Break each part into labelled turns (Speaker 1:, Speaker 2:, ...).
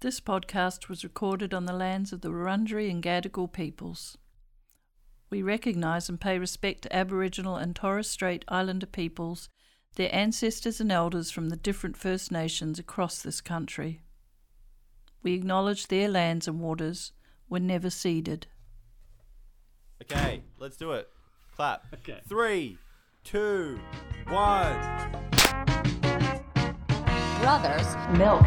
Speaker 1: This podcast was recorded on the lands of the Wurundjeri and Gadigal peoples. We recognise and pay respect to Aboriginal and Torres Strait Islander peoples, their ancestors and elders from the different First Nations across this country. We acknowledge their lands and waters were never ceded.
Speaker 2: Okay, let's do it. Clap.
Speaker 3: Okay.
Speaker 2: Three, two, one.
Speaker 4: brothers.
Speaker 5: milk.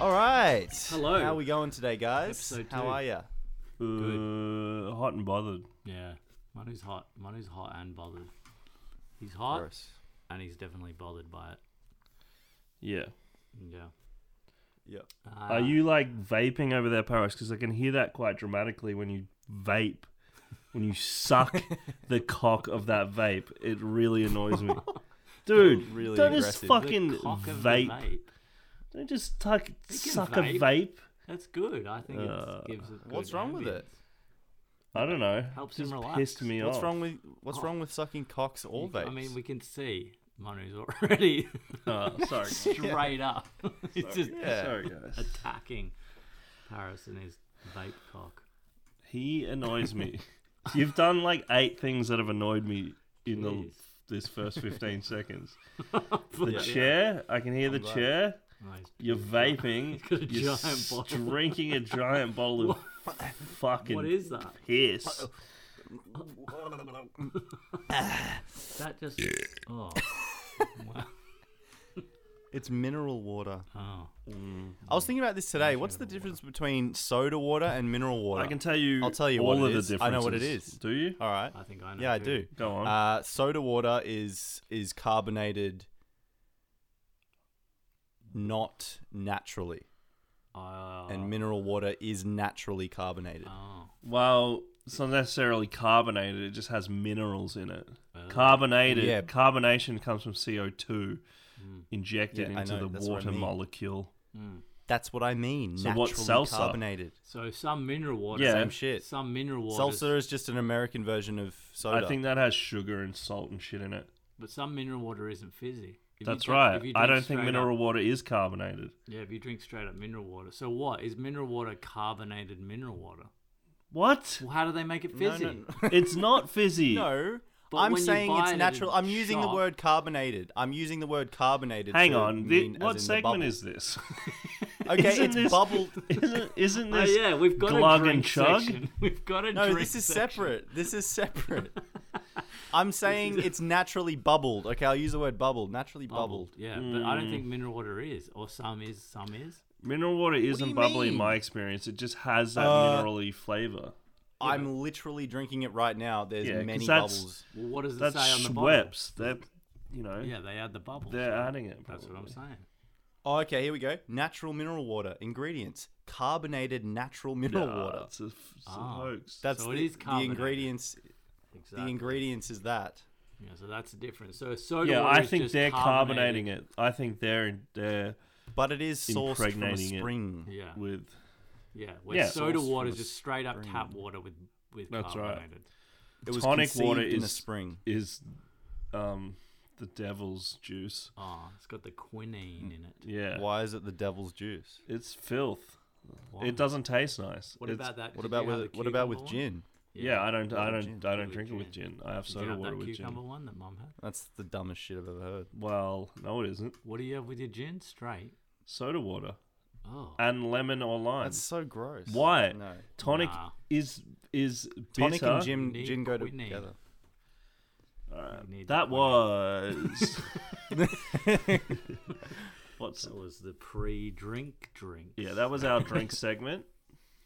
Speaker 2: All right.
Speaker 3: Hello.
Speaker 2: How we going today, guys?
Speaker 3: Episode
Speaker 2: How
Speaker 3: two.
Speaker 2: are ya?
Speaker 6: Uh, hot and bothered.
Speaker 3: Yeah, Manu's hot. Manu's hot and bothered. He's hot and he's definitely bothered by it.
Speaker 6: Yeah.
Speaker 3: Yeah.
Speaker 2: Yep.
Speaker 3: Uh,
Speaker 6: Are you like vaping over there, Paris? Because I can hear that quite dramatically when you vape. When you suck the cock of that vape, it really annoys me. Dude,
Speaker 2: Really
Speaker 6: don't
Speaker 2: aggressive.
Speaker 6: just
Speaker 3: Uh, the
Speaker 6: fucking
Speaker 3: cock
Speaker 6: vape.
Speaker 3: of the vape?
Speaker 6: Don't just tuck,
Speaker 3: can
Speaker 6: suck a
Speaker 3: vape.
Speaker 6: vape.
Speaker 3: That's good. I think
Speaker 6: Uh,
Speaker 3: it gives it. Good
Speaker 2: what's wrong with it?
Speaker 3: ambience.
Speaker 6: I don't know.
Speaker 3: Helps him
Speaker 6: just
Speaker 3: relax.
Speaker 6: pissed me
Speaker 2: What's
Speaker 6: off.
Speaker 2: wrong with What's wrong with sucking cocks or
Speaker 3: You-
Speaker 2: vapes?
Speaker 3: I mean, we can see Manu's already
Speaker 6: Oh, sorry. guys.
Speaker 3: straight up. He's just
Speaker 2: yeah.
Speaker 6: Sorry, guys.
Speaker 3: attacking Paris and his vape cock.
Speaker 6: He annoys me. You've done like eight things that have annoyed me in the,
Speaker 3: Jeez.
Speaker 6: this first 15 seconds. The
Speaker 3: Yeah.
Speaker 6: chair, I can hear the
Speaker 2: glad.
Speaker 6: chair.
Speaker 3: Nice.
Speaker 6: You're vaping.
Speaker 3: got a
Speaker 6: you're
Speaker 3: giant
Speaker 6: s-
Speaker 3: bottle.
Speaker 6: drinking a giant bowl of fucking
Speaker 3: What is that?
Speaker 6: piss.
Speaker 3: That just. Oh. wow.
Speaker 2: it's mineral water.
Speaker 3: Oh.
Speaker 2: I was thinking about this today. What's the difference between soda water and mineral water?
Speaker 6: I can tell you.
Speaker 2: I'll tell you
Speaker 6: all
Speaker 2: what
Speaker 6: of
Speaker 2: it
Speaker 6: the
Speaker 2: is.
Speaker 6: differences.
Speaker 2: I know what it is.
Speaker 6: Do you?
Speaker 2: All right.
Speaker 3: I think I know.
Speaker 2: Yeah, I
Speaker 3: too.
Speaker 2: do.
Speaker 6: Go on.
Speaker 2: Uh, soda water is is carbonated, not naturally,
Speaker 3: Uh,
Speaker 2: and mineral water is naturally carbonated.
Speaker 3: Oh.
Speaker 6: well, it's not necessarily carbonated. It just has minerals in it.
Speaker 3: Oh.
Speaker 6: Carbonated.
Speaker 2: Yeah.
Speaker 6: Carbonation comes from CO2
Speaker 3: Hmm.
Speaker 6: injected
Speaker 2: Yeah, I
Speaker 6: into
Speaker 2: know,
Speaker 6: the
Speaker 2: that's what I
Speaker 6: water
Speaker 2: mean.
Speaker 6: molecule.
Speaker 3: Mm.
Speaker 2: That's what I mean.
Speaker 6: So
Speaker 2: naturally
Speaker 6: what's salsa?
Speaker 2: carbonated.
Speaker 3: So some mineral water.
Speaker 6: Yeah.
Speaker 2: Same shit.
Speaker 3: Some mineral water.
Speaker 2: Salsa is just an American version of soda.
Speaker 6: I think that has sugar and salt and shit in it.
Speaker 3: But some mineral water isn't fizzy. If you
Speaker 6: That's
Speaker 3: drink-
Speaker 6: right.
Speaker 3: if you
Speaker 6: I
Speaker 3: drink
Speaker 6: don't think
Speaker 3: straight
Speaker 6: mineral
Speaker 3: Up,
Speaker 6: water is carbonated.
Speaker 3: yeah, if you drink straight up mineral water. So what is mineral water? Carbonated mineral water.
Speaker 6: What?
Speaker 3: Well, how do they make it
Speaker 2: No,
Speaker 3: fizzy? Oh,
Speaker 2: No,
Speaker 6: it's not fizzy.
Speaker 2: no.
Speaker 3: But
Speaker 2: I'm
Speaker 3: when you
Speaker 2: saying
Speaker 3: buy
Speaker 2: it's
Speaker 3: it at a
Speaker 2: natural. I'm using the
Speaker 3: shop-
Speaker 2: word carbonated. I'm using the word carbonated.
Speaker 6: Hang
Speaker 2: to
Speaker 6: on. thi-
Speaker 2: mean as in
Speaker 6: what
Speaker 2: the
Speaker 6: segment
Speaker 2: bubble.
Speaker 6: is this?
Speaker 2: Okay,
Speaker 6: Isn't
Speaker 2: it's
Speaker 6: this-
Speaker 2: bubble.
Speaker 6: Isn't, isn't
Speaker 3: Oh
Speaker 6: this?
Speaker 3: yeah, we've got a
Speaker 6: glug
Speaker 3: drink
Speaker 6: and chug.
Speaker 3: section. We've got a
Speaker 2: No,
Speaker 3: drink
Speaker 2: this is
Speaker 3: section.
Speaker 2: separate. This is separate. I'm saying it's naturally bubbled. Okay, I'll use the word bubbled. Naturally bubbled.
Speaker 3: Bubbled. Yeah, but I
Speaker 6: Mm.
Speaker 3: don't think mineral water is, or some is, some is.
Speaker 6: Mineral water
Speaker 2: you
Speaker 6: isn't bubbly
Speaker 2: mean?
Speaker 6: in my experience. It just has that
Speaker 2: Uh,
Speaker 6: minerally flavor.
Speaker 2: I'm literally drinking it right now. There's
Speaker 6: Yeah, 'cause
Speaker 2: many
Speaker 6: that's-
Speaker 2: bubbles.
Speaker 3: Well, what does it
Speaker 6: That's
Speaker 3: say on the
Speaker 6: Schweppes. They're, you know,
Speaker 3: bottle? Yeah, they add the bubbles.
Speaker 6: they're
Speaker 3: yeah.
Speaker 6: adding it.
Speaker 3: That's what I'm
Speaker 6: probably.
Speaker 3: saying.
Speaker 2: Oh, okay, here we go. Natural mineral water ingredients: carbonated natural mineral
Speaker 6: Nah,
Speaker 2: water.
Speaker 6: It's a, f- it's a
Speaker 3: Ah.
Speaker 6: hoax.
Speaker 2: That's
Speaker 3: So it
Speaker 2: the,
Speaker 3: is
Speaker 2: the
Speaker 3: carbonated.
Speaker 2: ingredients.
Speaker 3: Exactly.
Speaker 2: The ingredients is that.
Speaker 3: Yeah, so that's the difference. So soda
Speaker 6: yeah,
Speaker 3: water
Speaker 6: I
Speaker 3: is
Speaker 6: think
Speaker 3: just
Speaker 6: they're
Speaker 3: carbonated.
Speaker 6: carbonating it. I think they're they're
Speaker 2: But it is sourced from a
Speaker 6: Impregnating it.
Speaker 2: spring.
Speaker 3: Yeah,
Speaker 6: with.
Speaker 3: yeah. Where
Speaker 6: Yeah.
Speaker 3: soda
Speaker 2: Sourced from
Speaker 3: water
Speaker 2: a
Speaker 3: is just straight up
Speaker 2: spring.
Speaker 3: tap water with with
Speaker 6: That's right.
Speaker 3: carbonated.
Speaker 2: It was
Speaker 6: Tonic
Speaker 2: conceived
Speaker 6: water
Speaker 2: in a
Speaker 6: is-
Speaker 2: spring.
Speaker 6: is um the devil's juice.
Speaker 3: Oh, it's got the quinine in it.
Speaker 6: Yeah.
Speaker 2: Why is it the devil's juice?
Speaker 6: It's filth.
Speaker 3: Why?
Speaker 6: It doesn't taste nice.
Speaker 3: What
Speaker 6: It's-
Speaker 3: about that?
Speaker 2: What
Speaker 3: did
Speaker 2: about
Speaker 3: you have
Speaker 2: with
Speaker 3: the
Speaker 2: what about with
Speaker 3: cucumber one?
Speaker 2: gin?
Speaker 6: Yeah, I don't I
Speaker 2: with
Speaker 6: don't
Speaker 2: gin.
Speaker 6: I
Speaker 3: With
Speaker 6: don't drink it with
Speaker 3: gin.
Speaker 6: gin. I have
Speaker 3: Did you
Speaker 6: soda
Speaker 3: have
Speaker 6: water
Speaker 3: that
Speaker 6: with
Speaker 3: cucumber
Speaker 6: gin.
Speaker 3: one that mum had?
Speaker 2: That's the dumbest shit I've ever heard.
Speaker 6: Well, no it isn't.
Speaker 3: What do you have with your gin? Straight.
Speaker 6: Soda water
Speaker 3: Oh,
Speaker 6: and lemon or lime.
Speaker 2: That's so gross.
Speaker 6: Why?
Speaker 2: No.
Speaker 6: Tonic
Speaker 3: Nah.
Speaker 6: is is bitter.
Speaker 2: Tonic and gin
Speaker 3: Need
Speaker 2: gin go
Speaker 3: quinine.
Speaker 2: together.
Speaker 6: Alright,
Speaker 3: You need
Speaker 6: that
Speaker 3: quinine.
Speaker 6: was What's
Speaker 3: that was the pre-drink drink.
Speaker 6: yeah, that was our drink segment.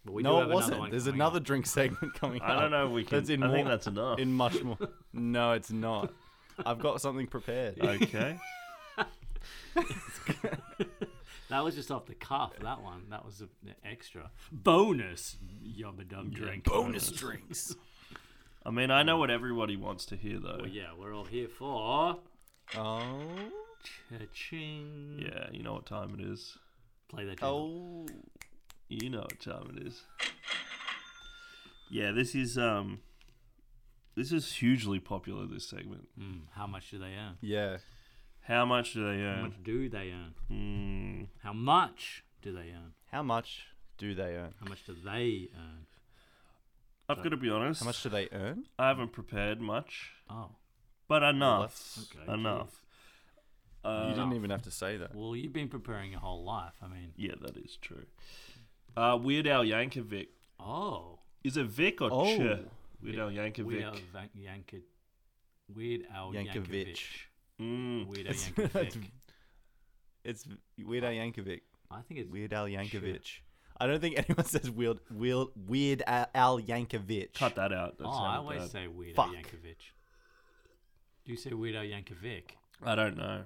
Speaker 3: But we do
Speaker 2: no,
Speaker 3: have
Speaker 2: it
Speaker 3: another
Speaker 2: wasn't.
Speaker 3: one
Speaker 2: There's
Speaker 3: coming
Speaker 2: another
Speaker 3: up.
Speaker 2: drink segment coming up.
Speaker 6: I don't know if we can.
Speaker 2: That's in
Speaker 6: I think
Speaker 2: more-
Speaker 6: that's enough.
Speaker 2: In much more. No, it's not. I've got something prepared.
Speaker 6: okay.
Speaker 3: That was just off the cuff. That one. That was a- an extra bonus. Yum dum drink.
Speaker 2: Bonus drinks.
Speaker 6: I mean, I know what everybody wants to hear though.
Speaker 3: Well, yeah, we're all here for
Speaker 2: Oh.
Speaker 3: cha-ching.
Speaker 6: Yeah, you know what time it is.
Speaker 3: Play that. jingle.
Speaker 2: Oh.
Speaker 6: You know what time it is. Yeah, this is um this is hugely popular this segment.
Speaker 3: Mm, how much do they earn?
Speaker 2: Yeah.
Speaker 6: How much do they
Speaker 3: How
Speaker 6: earn?
Speaker 3: much do they earn?
Speaker 6: Mm.
Speaker 3: How much do they earn?
Speaker 2: How much do they earn?
Speaker 3: How much do they earn?
Speaker 6: I've got to be honest.
Speaker 2: How much do they earn?
Speaker 6: I haven't prepared much,
Speaker 3: Oh,
Speaker 6: but enough.
Speaker 2: that's-
Speaker 3: okay.
Speaker 6: Enough.
Speaker 3: geez.
Speaker 2: You
Speaker 6: Uh,
Speaker 2: didn't even have to say that.
Speaker 3: Well, you've been preparing your whole life. I mean,
Speaker 6: yeah, that is true. Uh, Weird Al Yankovic.
Speaker 3: oh,
Speaker 6: Is it Vic or
Speaker 2: Oh.
Speaker 6: Ch? Weird Al Yankovic.
Speaker 3: Weird Al Van- Yanko- Weird Al Yankovic.
Speaker 2: Yankovic.
Speaker 6: Mm.
Speaker 3: Weird Al
Speaker 2: It's-
Speaker 3: Yankovic.
Speaker 2: It's Weird Al Yankovic.
Speaker 3: I think it's
Speaker 2: Weird Al Yankovic. I don't think anyone says Weird Weird Weird Al- Al Yankovic.
Speaker 6: Cut that out. That
Speaker 3: Oh, I
Speaker 6: sounded
Speaker 3: always
Speaker 6: bad.
Speaker 3: say Weird Al
Speaker 2: Fuck.
Speaker 3: Yankovic. Do you say Weird Al Yankovic?
Speaker 6: I don't know.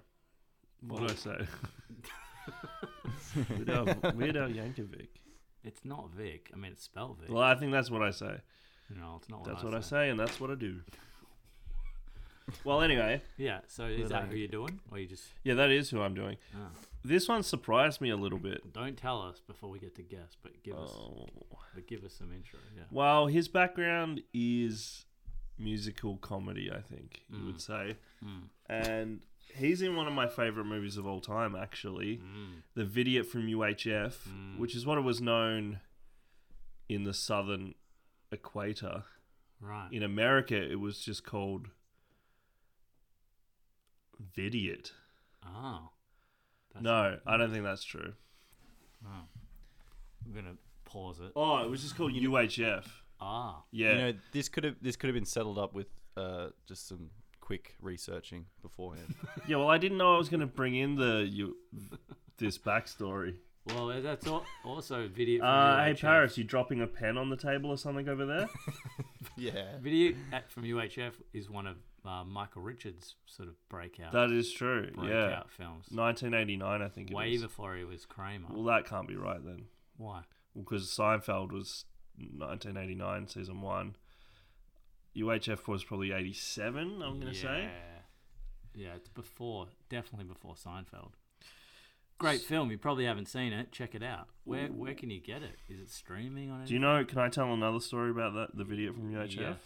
Speaker 6: What do I say? Weird Al, Weird Al Yankovic.
Speaker 3: It's not Vic. I mean, it's spelled Vic.
Speaker 6: Well, I think that's what I say.
Speaker 3: No, it's not.
Speaker 6: That's
Speaker 3: what,
Speaker 6: what I say, and that's what I do. Well, anyway,
Speaker 3: Yeah. So is
Speaker 6: Weird Al
Speaker 3: that who you're doing, or you just
Speaker 6: yeah, that is who I'm doing.
Speaker 3: ah.
Speaker 6: This one surprised me a little bit.
Speaker 3: don't tell us before we get to guess, but give us,
Speaker 6: Oh.
Speaker 3: but give us some intro. Yeah.
Speaker 6: Well, his background is musical comedy, I think you would say.
Speaker 3: Mm.
Speaker 6: And he's in one of my favorite movies of all time, actually
Speaker 3: Mm.
Speaker 6: The Vidiot from UHF,
Speaker 3: Mm.
Speaker 6: which is what it was known in the southern equator.
Speaker 3: Right.
Speaker 6: In America, it was just called Vidiot.
Speaker 3: Oh. That's-
Speaker 6: No, I don't think that's true.
Speaker 3: Oh. I'm gonna pause it.
Speaker 6: Oh, it was just called UHF.
Speaker 3: Ah.
Speaker 6: Yeah.
Speaker 2: You know, this could have this could have been settled up with uh, just some quick researching beforehand.
Speaker 6: yeah, well, I didn't know I was going to bring in the you, this backstory.
Speaker 3: Well, uh, that's al- also video. From
Speaker 6: Uh, hey
Speaker 3: UHF.
Speaker 6: Paris, you dropping a pen on the table or something over there?
Speaker 2: yeah.
Speaker 3: Video at, from UHF is one of uh, Michael Richards' sort of breakout
Speaker 6: that is true.
Speaker 3: breakout
Speaker 6: Yeah,
Speaker 3: films.
Speaker 6: 1989, I think. It
Speaker 3: Way
Speaker 6: was.
Speaker 3: before he was Kramer.
Speaker 6: Well, that can't be right then,
Speaker 3: Why?
Speaker 6: because Seinfeld was 1989 season one. UHF was probably 87. I'm gonna say.
Speaker 3: Yeah, it's before, definitely before Seinfeld. Great film. You probably haven't seen it. Check it out. Where where can you get it? Is it streaming on?
Speaker 6: Do you know? Can I tell another story about that? The video from UHF.
Speaker 3: anything? Yes.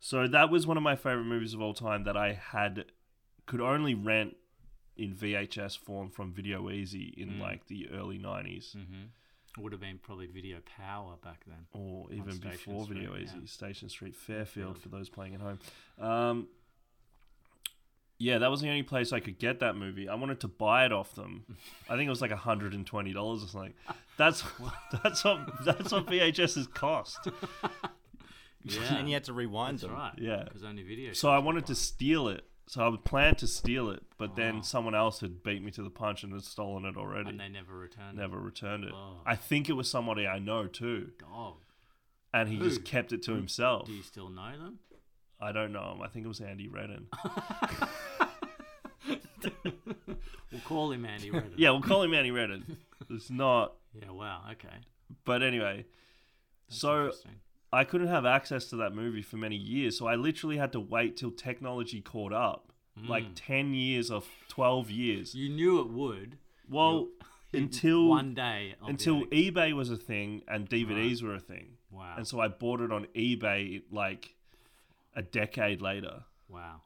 Speaker 6: So that was one of my favorite movies of all time that I had could only rent in VHS form from Video Easy in
Speaker 3: Mm.
Speaker 6: like the early 90s.
Speaker 3: Mm-hmm. Would have been probably Video Power back then.
Speaker 6: or even
Speaker 3: Station
Speaker 6: before
Speaker 3: Street,
Speaker 6: Video
Speaker 3: yeah.
Speaker 6: Easy, Station Street, Fairfield for those playing at home. Um, yeah, that was the only place I could get that movie. I wanted to buy it off them. I think it was like hundred and twenty dollars or something. That's that's what that's what VHSs cost.
Speaker 3: Yeah,
Speaker 2: and you had to rewind
Speaker 3: that's
Speaker 2: them.
Speaker 3: right.
Speaker 6: Yeah.
Speaker 3: because only video.
Speaker 6: So I wanted to steal it. So I planned to steal it,
Speaker 3: Oh.
Speaker 6: but then someone else had beat me to the punch and had stolen it already.
Speaker 3: and they never returned. it.
Speaker 6: Never returned it.
Speaker 3: Oh.
Speaker 6: I think it was somebody I know too,
Speaker 3: Dog.
Speaker 6: and he
Speaker 3: Who?
Speaker 6: just kept it to himself.
Speaker 3: Do you still know them?
Speaker 6: I don't know him. I think it was Andy Redden.
Speaker 3: We'll call him Andy Redden.
Speaker 6: Yeah, we'll call him Andy Redden. It's not.
Speaker 3: Yeah. Wow. Okay.
Speaker 6: But anyway,
Speaker 3: That's
Speaker 6: so
Speaker 3: interesting.
Speaker 6: I couldn't have access to that movie for many years. So I literally had to wait till technology caught up, like 10 years or 12 years.
Speaker 3: Mm. you knew it would
Speaker 6: Well, until
Speaker 3: one day I'll be
Speaker 6: until
Speaker 3: like,
Speaker 6: eBay was a thing and DVDs were a thing.
Speaker 3: Wow.
Speaker 6: And so I bought it on eBay like a decade later.
Speaker 3: wow.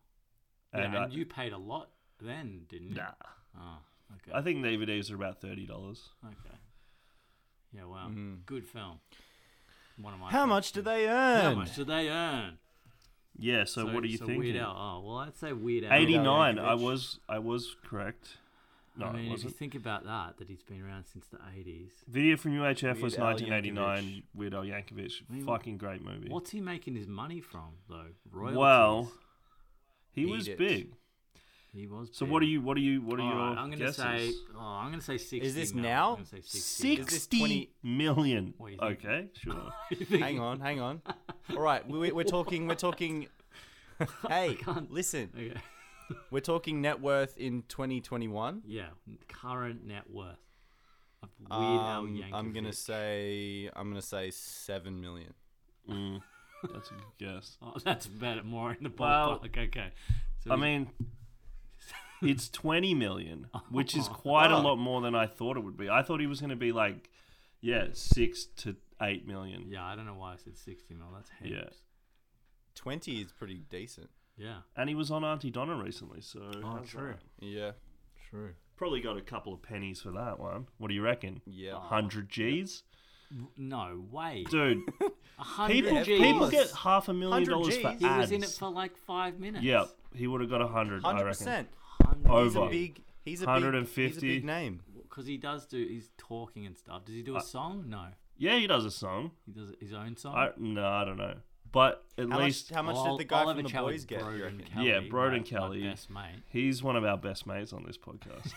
Speaker 3: Yeah,
Speaker 6: And,
Speaker 3: And,
Speaker 6: I,
Speaker 3: you paid a lot then, didn't you?
Speaker 6: nah.
Speaker 3: Oh, okay.
Speaker 6: I think DVDs are about $30.
Speaker 3: okay. Yeah. Wow.
Speaker 6: Mm-hmm.
Speaker 3: Good film. One of my.
Speaker 2: How
Speaker 3: favorites
Speaker 2: much do
Speaker 3: too.
Speaker 2: they
Speaker 3: How
Speaker 2: earn?
Speaker 3: much do they earn?
Speaker 6: Yeah, so, what do you
Speaker 3: so
Speaker 6: think?
Speaker 3: Weird Al. Oh well, I'd say Weird Al.
Speaker 6: Eighty nine.
Speaker 2: Yankovic.
Speaker 6: I was I was correct. No,
Speaker 3: I
Speaker 6: I
Speaker 3: mean, if you
Speaker 6: wasn't.
Speaker 3: think about that, that he's been around since the eighties.
Speaker 6: Video from UHF was
Speaker 2: Weird Al
Speaker 6: 1989. Weird Al Yankovic,
Speaker 3: mean,
Speaker 6: fucking great movie.
Speaker 3: What's he making his money from though? Royalties.
Speaker 6: Well, he
Speaker 2: Eat
Speaker 6: was
Speaker 2: it.
Speaker 6: big.
Speaker 3: he was.
Speaker 6: So
Speaker 3: big.
Speaker 6: what are you? What are you? What are
Speaker 3: All
Speaker 6: your
Speaker 3: right, I'm gonna
Speaker 6: guesses?
Speaker 3: say. Oh, I'm gonna say sixty.
Speaker 2: this
Speaker 3: mil.
Speaker 2: now?
Speaker 3: I'm gonna say sixty. mil.
Speaker 2: Is this
Speaker 6: Sixty
Speaker 2: 20
Speaker 6: million.
Speaker 3: What do you think?
Speaker 6: Okay, sure.
Speaker 2: hang on, hang on. All right, we, we're talking. We're talking. Hey, listen.
Speaker 3: Okay.
Speaker 2: We're talking net worth in 2021.
Speaker 3: Yeah. Current net worth of Weird Al
Speaker 2: Um,
Speaker 3: Yankovic.
Speaker 2: I'm gonna say. I'm gonna say seven million.
Speaker 6: Mm, that's a good guess.
Speaker 3: Oh, that's better. More in the
Speaker 6: Well,
Speaker 3: ballpark. okay. So
Speaker 6: I
Speaker 3: he's-
Speaker 6: mean, it's twenty million, which is quite a
Speaker 2: Oh.
Speaker 6: lot more than I thought it would be. I thought he was going to be like, yeah, six to eight million.
Speaker 3: Yeah, I don't know why I said sixty mil. That's heaps.
Speaker 6: Yeah.
Speaker 2: Twenty is pretty decent.
Speaker 3: Yeah.
Speaker 6: And he was on Auntie Donna recently, so
Speaker 3: Oh,
Speaker 6: how's
Speaker 3: true.
Speaker 6: that?
Speaker 2: Yeah.
Speaker 3: True.
Speaker 6: Probably got a couple of pennies for that one. What do you reckon?
Speaker 2: Yeah.
Speaker 6: Hundred G's,
Speaker 3: No way.
Speaker 6: dude.
Speaker 3: A hundred
Speaker 6: people,
Speaker 2: G's.
Speaker 6: people get half a million
Speaker 2: 100
Speaker 6: dollars for
Speaker 2: G's.
Speaker 6: ads.
Speaker 2: He
Speaker 3: He was in it for like five minutes.
Speaker 6: Yep, he would have got a hundred. I
Speaker 2: Hundred
Speaker 6: reckon.
Speaker 2: percent. He's a
Speaker 6: Over.
Speaker 2: big. He's a big. He's a
Speaker 6: 150.
Speaker 2: big name.
Speaker 3: Because he does do. He's talking and stuff. Does he do a
Speaker 6: Uh,
Speaker 3: song? No.
Speaker 6: Yeah, he does a song.
Speaker 3: He does his own song.
Speaker 6: I, no, I don't know, but at
Speaker 2: How
Speaker 6: least
Speaker 2: much? How much
Speaker 3: I'll-
Speaker 2: did the guy
Speaker 3: I'll have
Speaker 2: from
Speaker 3: a
Speaker 2: the
Speaker 3: chat with
Speaker 2: boys get?
Speaker 3: Broden
Speaker 2: you reckon?
Speaker 3: Kelly,
Speaker 6: Yeah, Broden
Speaker 3: my- my
Speaker 6: Kelly.
Speaker 3: best mate.
Speaker 6: he's one of our best mates on this podcast.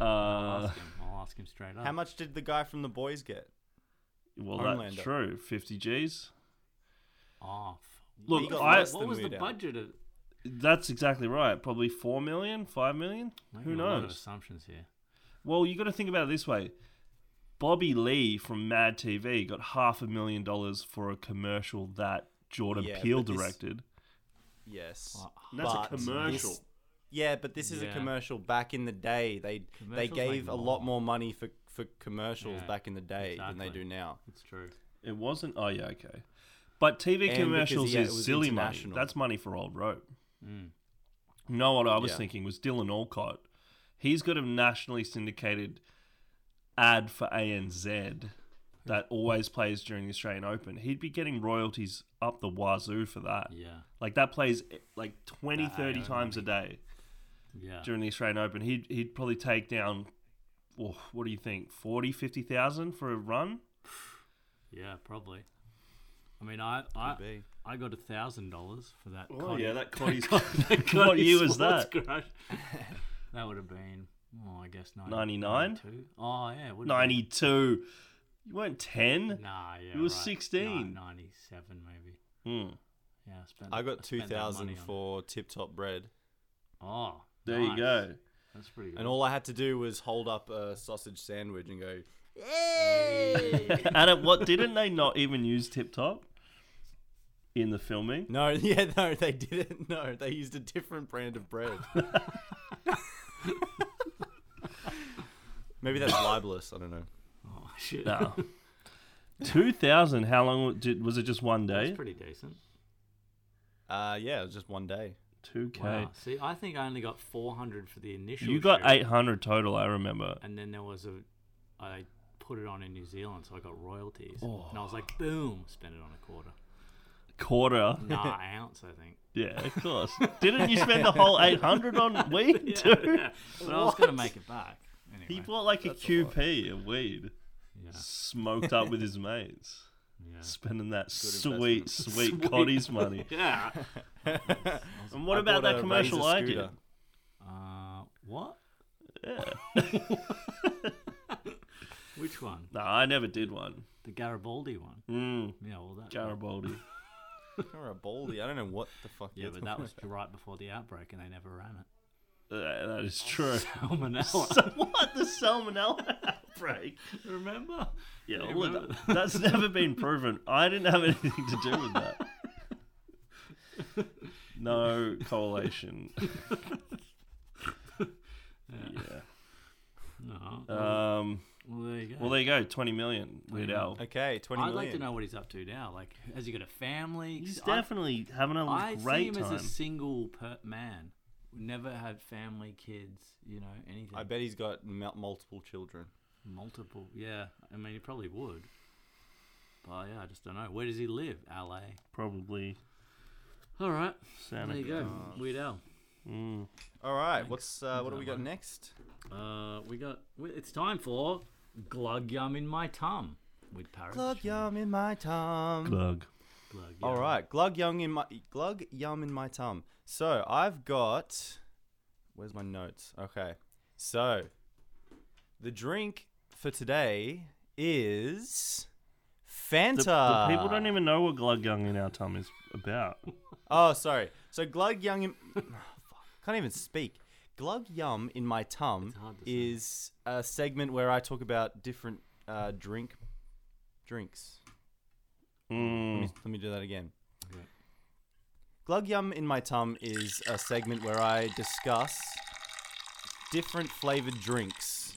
Speaker 3: I'll
Speaker 6: uh,
Speaker 3: ask him. I'll ask him straight up.
Speaker 2: How much did the guy from the boys get?
Speaker 6: well,
Speaker 2: Homelander.
Speaker 6: that's true. Fifty G's.
Speaker 3: off?
Speaker 6: Look,
Speaker 2: He got
Speaker 6: I,
Speaker 2: less
Speaker 3: what
Speaker 2: than
Speaker 3: was the
Speaker 2: Weird Al.
Speaker 3: budget of?
Speaker 6: that's exactly right. Probably four million, five million. Who
Speaker 3: Making a lot of
Speaker 6: knows?
Speaker 3: assumptions here.
Speaker 6: Well, you got to think about it this way. Bobby Lee from Mad TV got half a million dollars for a commercial that Jordan
Speaker 2: Yeah,
Speaker 6: Peele
Speaker 2: but this-
Speaker 6: directed.
Speaker 2: Yes.
Speaker 3: Well,
Speaker 6: And that's a
Speaker 2: But
Speaker 6: commercial.
Speaker 2: this- yeah, but this is a
Speaker 3: Yeah.
Speaker 2: commercial. Back in the day, they they
Speaker 3: Commercials make
Speaker 2: gave a lot more
Speaker 3: more.
Speaker 2: money for for commercials
Speaker 3: Yeah,
Speaker 2: back in the day than they
Speaker 3: exactly.
Speaker 2: do now.
Speaker 3: It's true.
Speaker 6: It wasn't. Oh yeah, okay. But TV
Speaker 2: And
Speaker 6: commercials
Speaker 2: because, yeah, it
Speaker 6: is
Speaker 2: was
Speaker 6: silly money.
Speaker 2: international.
Speaker 6: That's money for old rope.
Speaker 3: Mm.
Speaker 6: No, what I was
Speaker 2: Yeah.
Speaker 6: thinking was Dylan Alcott. He's got a nationally syndicated ad for ANZ that always plays during the Australian Open. He'd be getting royalties up the wazoo for that.
Speaker 3: Yeah.
Speaker 6: Like that plays eh, like 20,
Speaker 3: That
Speaker 6: 30
Speaker 3: AO
Speaker 6: times a day
Speaker 3: Yeah.
Speaker 6: during the Australian Open. He'd he'd probably take down oh, what do you think? 40, 50,000 for a run?
Speaker 3: Yeah. Probably. I mean, I I,
Speaker 2: be.
Speaker 3: I got a thousand dollars for that.
Speaker 6: Oh,
Speaker 3: Cotty-
Speaker 6: yeah, that Cotty's-
Speaker 3: that
Speaker 6: What
Speaker 3: Cotty
Speaker 6: year was
Speaker 3: Sports
Speaker 6: that?
Speaker 3: Garage. that would have been. Oh, I guess 90,
Speaker 6: 99?
Speaker 3: 92? Oh yeah. it would've been-
Speaker 6: 92. You weren't 10?
Speaker 3: Nah. Yeah.
Speaker 6: You were
Speaker 3: right.
Speaker 6: 16.
Speaker 3: Nah, Ninety-seven maybe.
Speaker 6: Hmm.
Speaker 3: Yeah. I spent.
Speaker 2: I got two
Speaker 3: spent that
Speaker 2: thousand
Speaker 3: money on-
Speaker 2: for Tip Top Bread,
Speaker 3: Oh.
Speaker 6: There
Speaker 3: nice.
Speaker 6: you go.
Speaker 3: That's pretty good.
Speaker 2: and all I had to do was hold up a sausage sandwich and go,
Speaker 6: and at what didn't they not even use tip top in the filming?
Speaker 2: "No, yeah, no, they didn't. No, they used a different brand of bread." Maybe that's libelous. I don't know.
Speaker 3: Oh shit.
Speaker 6: No. Two thousand. How long did, was it? Just one
Speaker 3: That's
Speaker 6: day.
Speaker 3: pretty decent.
Speaker 2: Uh, yeah, it was just one day.
Speaker 6: Two k.
Speaker 3: Wow. See, I think I only got 400 for the initial.
Speaker 6: You got
Speaker 3: shoot,
Speaker 6: eight hundred total. I remember.
Speaker 3: And then there was a, I put it on in New Zealand, so I got royalties.
Speaker 6: Oh.
Speaker 3: And I was like, boom, spent it on a quarter.
Speaker 6: Quarter.
Speaker 3: Nah, an ounce, I think.
Speaker 6: Yeah, of course. didn't you spend the whole eight hundred on weed, dude?
Speaker 3: But I was gonna make it back anyway.
Speaker 6: He bought like a QP of weed,
Speaker 3: yeah,
Speaker 6: smoked up with his mates,
Speaker 3: yeah.
Speaker 6: spending that sweet,
Speaker 2: investment.
Speaker 6: sweet Cotty's money.
Speaker 3: yeah.
Speaker 6: And what
Speaker 2: I bought
Speaker 6: about that
Speaker 2: a
Speaker 6: commercial
Speaker 2: Razor
Speaker 6: I did?
Speaker 2: scooter.
Speaker 3: Uh, what?
Speaker 6: Yeah.
Speaker 3: Which one?
Speaker 6: No, I never did one.
Speaker 3: The Garibaldi one.
Speaker 6: Mm,
Speaker 3: Yeah, well that.
Speaker 6: Garibaldi.
Speaker 2: Or a baldy. I don't know what the fuck.
Speaker 3: yeah,
Speaker 2: you're
Speaker 3: but that
Speaker 2: talking
Speaker 3: was right before the outbreak, and they never ran it.
Speaker 6: Uh, that is true.
Speaker 3: Salmonella.
Speaker 6: so what the salmonella outbreak?
Speaker 3: Remember?
Speaker 6: Yeah,
Speaker 3: You
Speaker 6: all of
Speaker 3: remember
Speaker 6: that. That's never been proven. I didn't have anything to do with that. No correlation. yeah. uh,
Speaker 3: No.
Speaker 6: Um.
Speaker 3: well, there you go.
Speaker 6: Well, there you go. Twenty million. Weird Al.
Speaker 2: about. Okay, twenty
Speaker 3: I'd
Speaker 2: million.
Speaker 3: like to know what he's up to now. Like, has he got a family?
Speaker 6: He's
Speaker 3: 'Cause I-
Speaker 6: definitely having a
Speaker 3: I see
Speaker 6: great
Speaker 3: him
Speaker 6: time.
Speaker 3: as a single per- man. Never had family, kids, you know, anything.
Speaker 2: I bet he's got mul- multiple children.
Speaker 3: Multiple. Yeah. I mean, he probably would. But yeah, I just don't know. Where does he live? LA.
Speaker 6: Probably
Speaker 3: All right.
Speaker 6: Santa.
Speaker 3: there you go. Weird Al.
Speaker 6: Mm.
Speaker 2: All right, what's uh, what do we
Speaker 3: Thanks,
Speaker 2: got next?
Speaker 3: Uh, we got. we- It's time for Glug Yum in My Tum with Paris.
Speaker 2: Glug yum in my tum.
Speaker 6: Glug.
Speaker 3: Glug
Speaker 2: All
Speaker 3: Yum.
Speaker 2: right, glug yum in my glug yum in my tum. So I've got. Where's my notes? Okay, so the drink for today is Fanta.
Speaker 6: The, the people don't even know what glug gung in our tum is about.
Speaker 2: Oh, sorry. So glug yum. In... Can't even speak. Glug yum in my tum
Speaker 3: It's hard to say.
Speaker 2: is a segment where I talk about different uh, drink drinks. Let,
Speaker 6: Mm.
Speaker 2: me, let me do that again.
Speaker 3: Okay.
Speaker 2: Glug yum in my tum is a segment where I discuss different flavored drinks.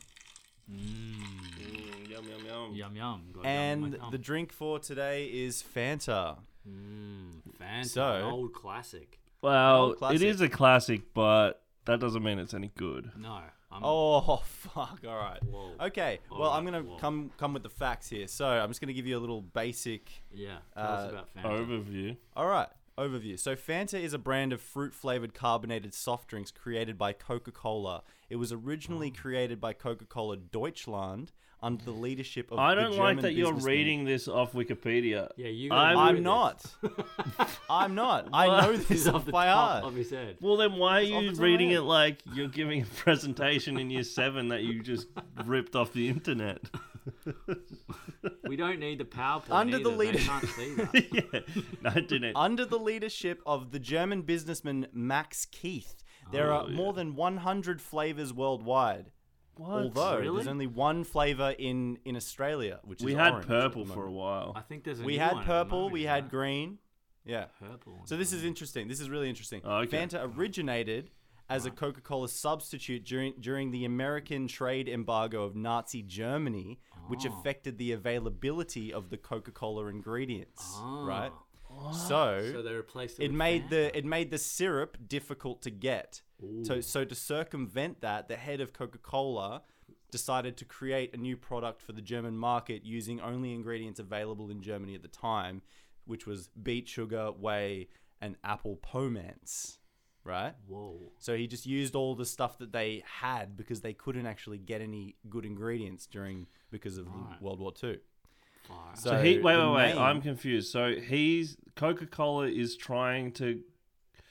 Speaker 3: Mm.
Speaker 6: yum yum yum.
Speaker 3: Yum yum. Glug Yum in My
Speaker 2: And
Speaker 3: Tum.
Speaker 2: the drink for today is Fanta.
Speaker 3: Mm, Santa,
Speaker 2: So-
Speaker 3: an old classic.
Speaker 6: Well,
Speaker 2: Old classic.
Speaker 6: it is a classic, but that doesn't mean it's any good.
Speaker 3: No, I'm
Speaker 2: Oh fuck! All right.
Speaker 3: Whoa.
Speaker 2: Okay.
Speaker 3: All
Speaker 2: well,
Speaker 3: right,
Speaker 2: I'm gonna
Speaker 3: whoa.
Speaker 2: come come with the facts here. So I'm just gonna give you a little basic.
Speaker 3: yeah. Tell us
Speaker 2: uh,
Speaker 3: about Fanta.
Speaker 6: Overview.
Speaker 2: All right. Overview. So Fanta is a brand of fruit-flavored carbonated soft drinks created by Coca-Cola. It was originally
Speaker 3: Oh.
Speaker 2: created by Coca-Cola Deutschland under the leadership of.
Speaker 6: I
Speaker 2: the
Speaker 6: don't like
Speaker 2: German
Speaker 6: that you're
Speaker 2: businessman-
Speaker 6: reading this off Wikipedia.
Speaker 3: Yeah, you. gotta
Speaker 6: I'm-
Speaker 3: do
Speaker 2: I'm
Speaker 3: this.
Speaker 2: not. I'm not. I know
Speaker 3: This
Speaker 2: this
Speaker 3: is off
Speaker 2: off
Speaker 3: the
Speaker 2: by
Speaker 3: top
Speaker 2: heart.
Speaker 3: of his head.
Speaker 6: Well, then why are
Speaker 2: off the
Speaker 6: you
Speaker 2: top of my
Speaker 6: reading
Speaker 2: head.
Speaker 6: it like you're giving a presentation in year seven that you just ripped off the internet?
Speaker 3: We don't need the PowerPoint.
Speaker 2: Under the
Speaker 3: either. They
Speaker 2: leader-
Speaker 3: can't see that.
Speaker 6: yeah, no, I didn't.
Speaker 2: Under the leadership of the German businessman Max Keith, there
Speaker 6: Oh,
Speaker 2: are more than 100 flavors worldwide.
Speaker 6: What?
Speaker 2: Although
Speaker 3: Really?
Speaker 2: there's only one flavor in in Australia, which
Speaker 6: we
Speaker 2: is
Speaker 6: had
Speaker 2: orange at
Speaker 6: purple
Speaker 2: the
Speaker 6: for a
Speaker 2: moment.
Speaker 6: while.
Speaker 3: I think there's a
Speaker 2: We
Speaker 3: new
Speaker 2: had
Speaker 3: one at the
Speaker 2: purple.
Speaker 3: moment,
Speaker 2: We
Speaker 3: isn't
Speaker 2: had
Speaker 3: there?
Speaker 2: green. Yeah.
Speaker 3: Purple.
Speaker 2: So this is interesting. This is really interesting.
Speaker 6: Oh, okay.
Speaker 2: Fanta originated as a Coca-Cola substitute during during the American trade embargo of Nazi Germany, which
Speaker 3: Oh.
Speaker 2: affected the availability of the Coca-Cola ingredients.
Speaker 6: Oh.
Speaker 2: Right.
Speaker 3: Ah. So
Speaker 2: So,
Speaker 3: they replaced it.
Speaker 2: it
Speaker 3: with
Speaker 2: made
Speaker 3: Fanta.
Speaker 2: the it made the syrup difficult to get. So so to circumvent that, the head of Coca-Cola decided to create a new product for the German market using only ingredients available in Germany at the time, which was beet sugar, whey, and apple pomance, right?
Speaker 3: Whoa.
Speaker 2: So he just used all the stuff that they had because they couldn't actually get any good ingredients during because of the
Speaker 3: Right.
Speaker 2: World War II.
Speaker 3: Fire.
Speaker 2: So,
Speaker 6: So, he, wait,
Speaker 2: the
Speaker 6: wait, wait.
Speaker 2: name-
Speaker 6: I'm confused. So he's Coca Cola is trying to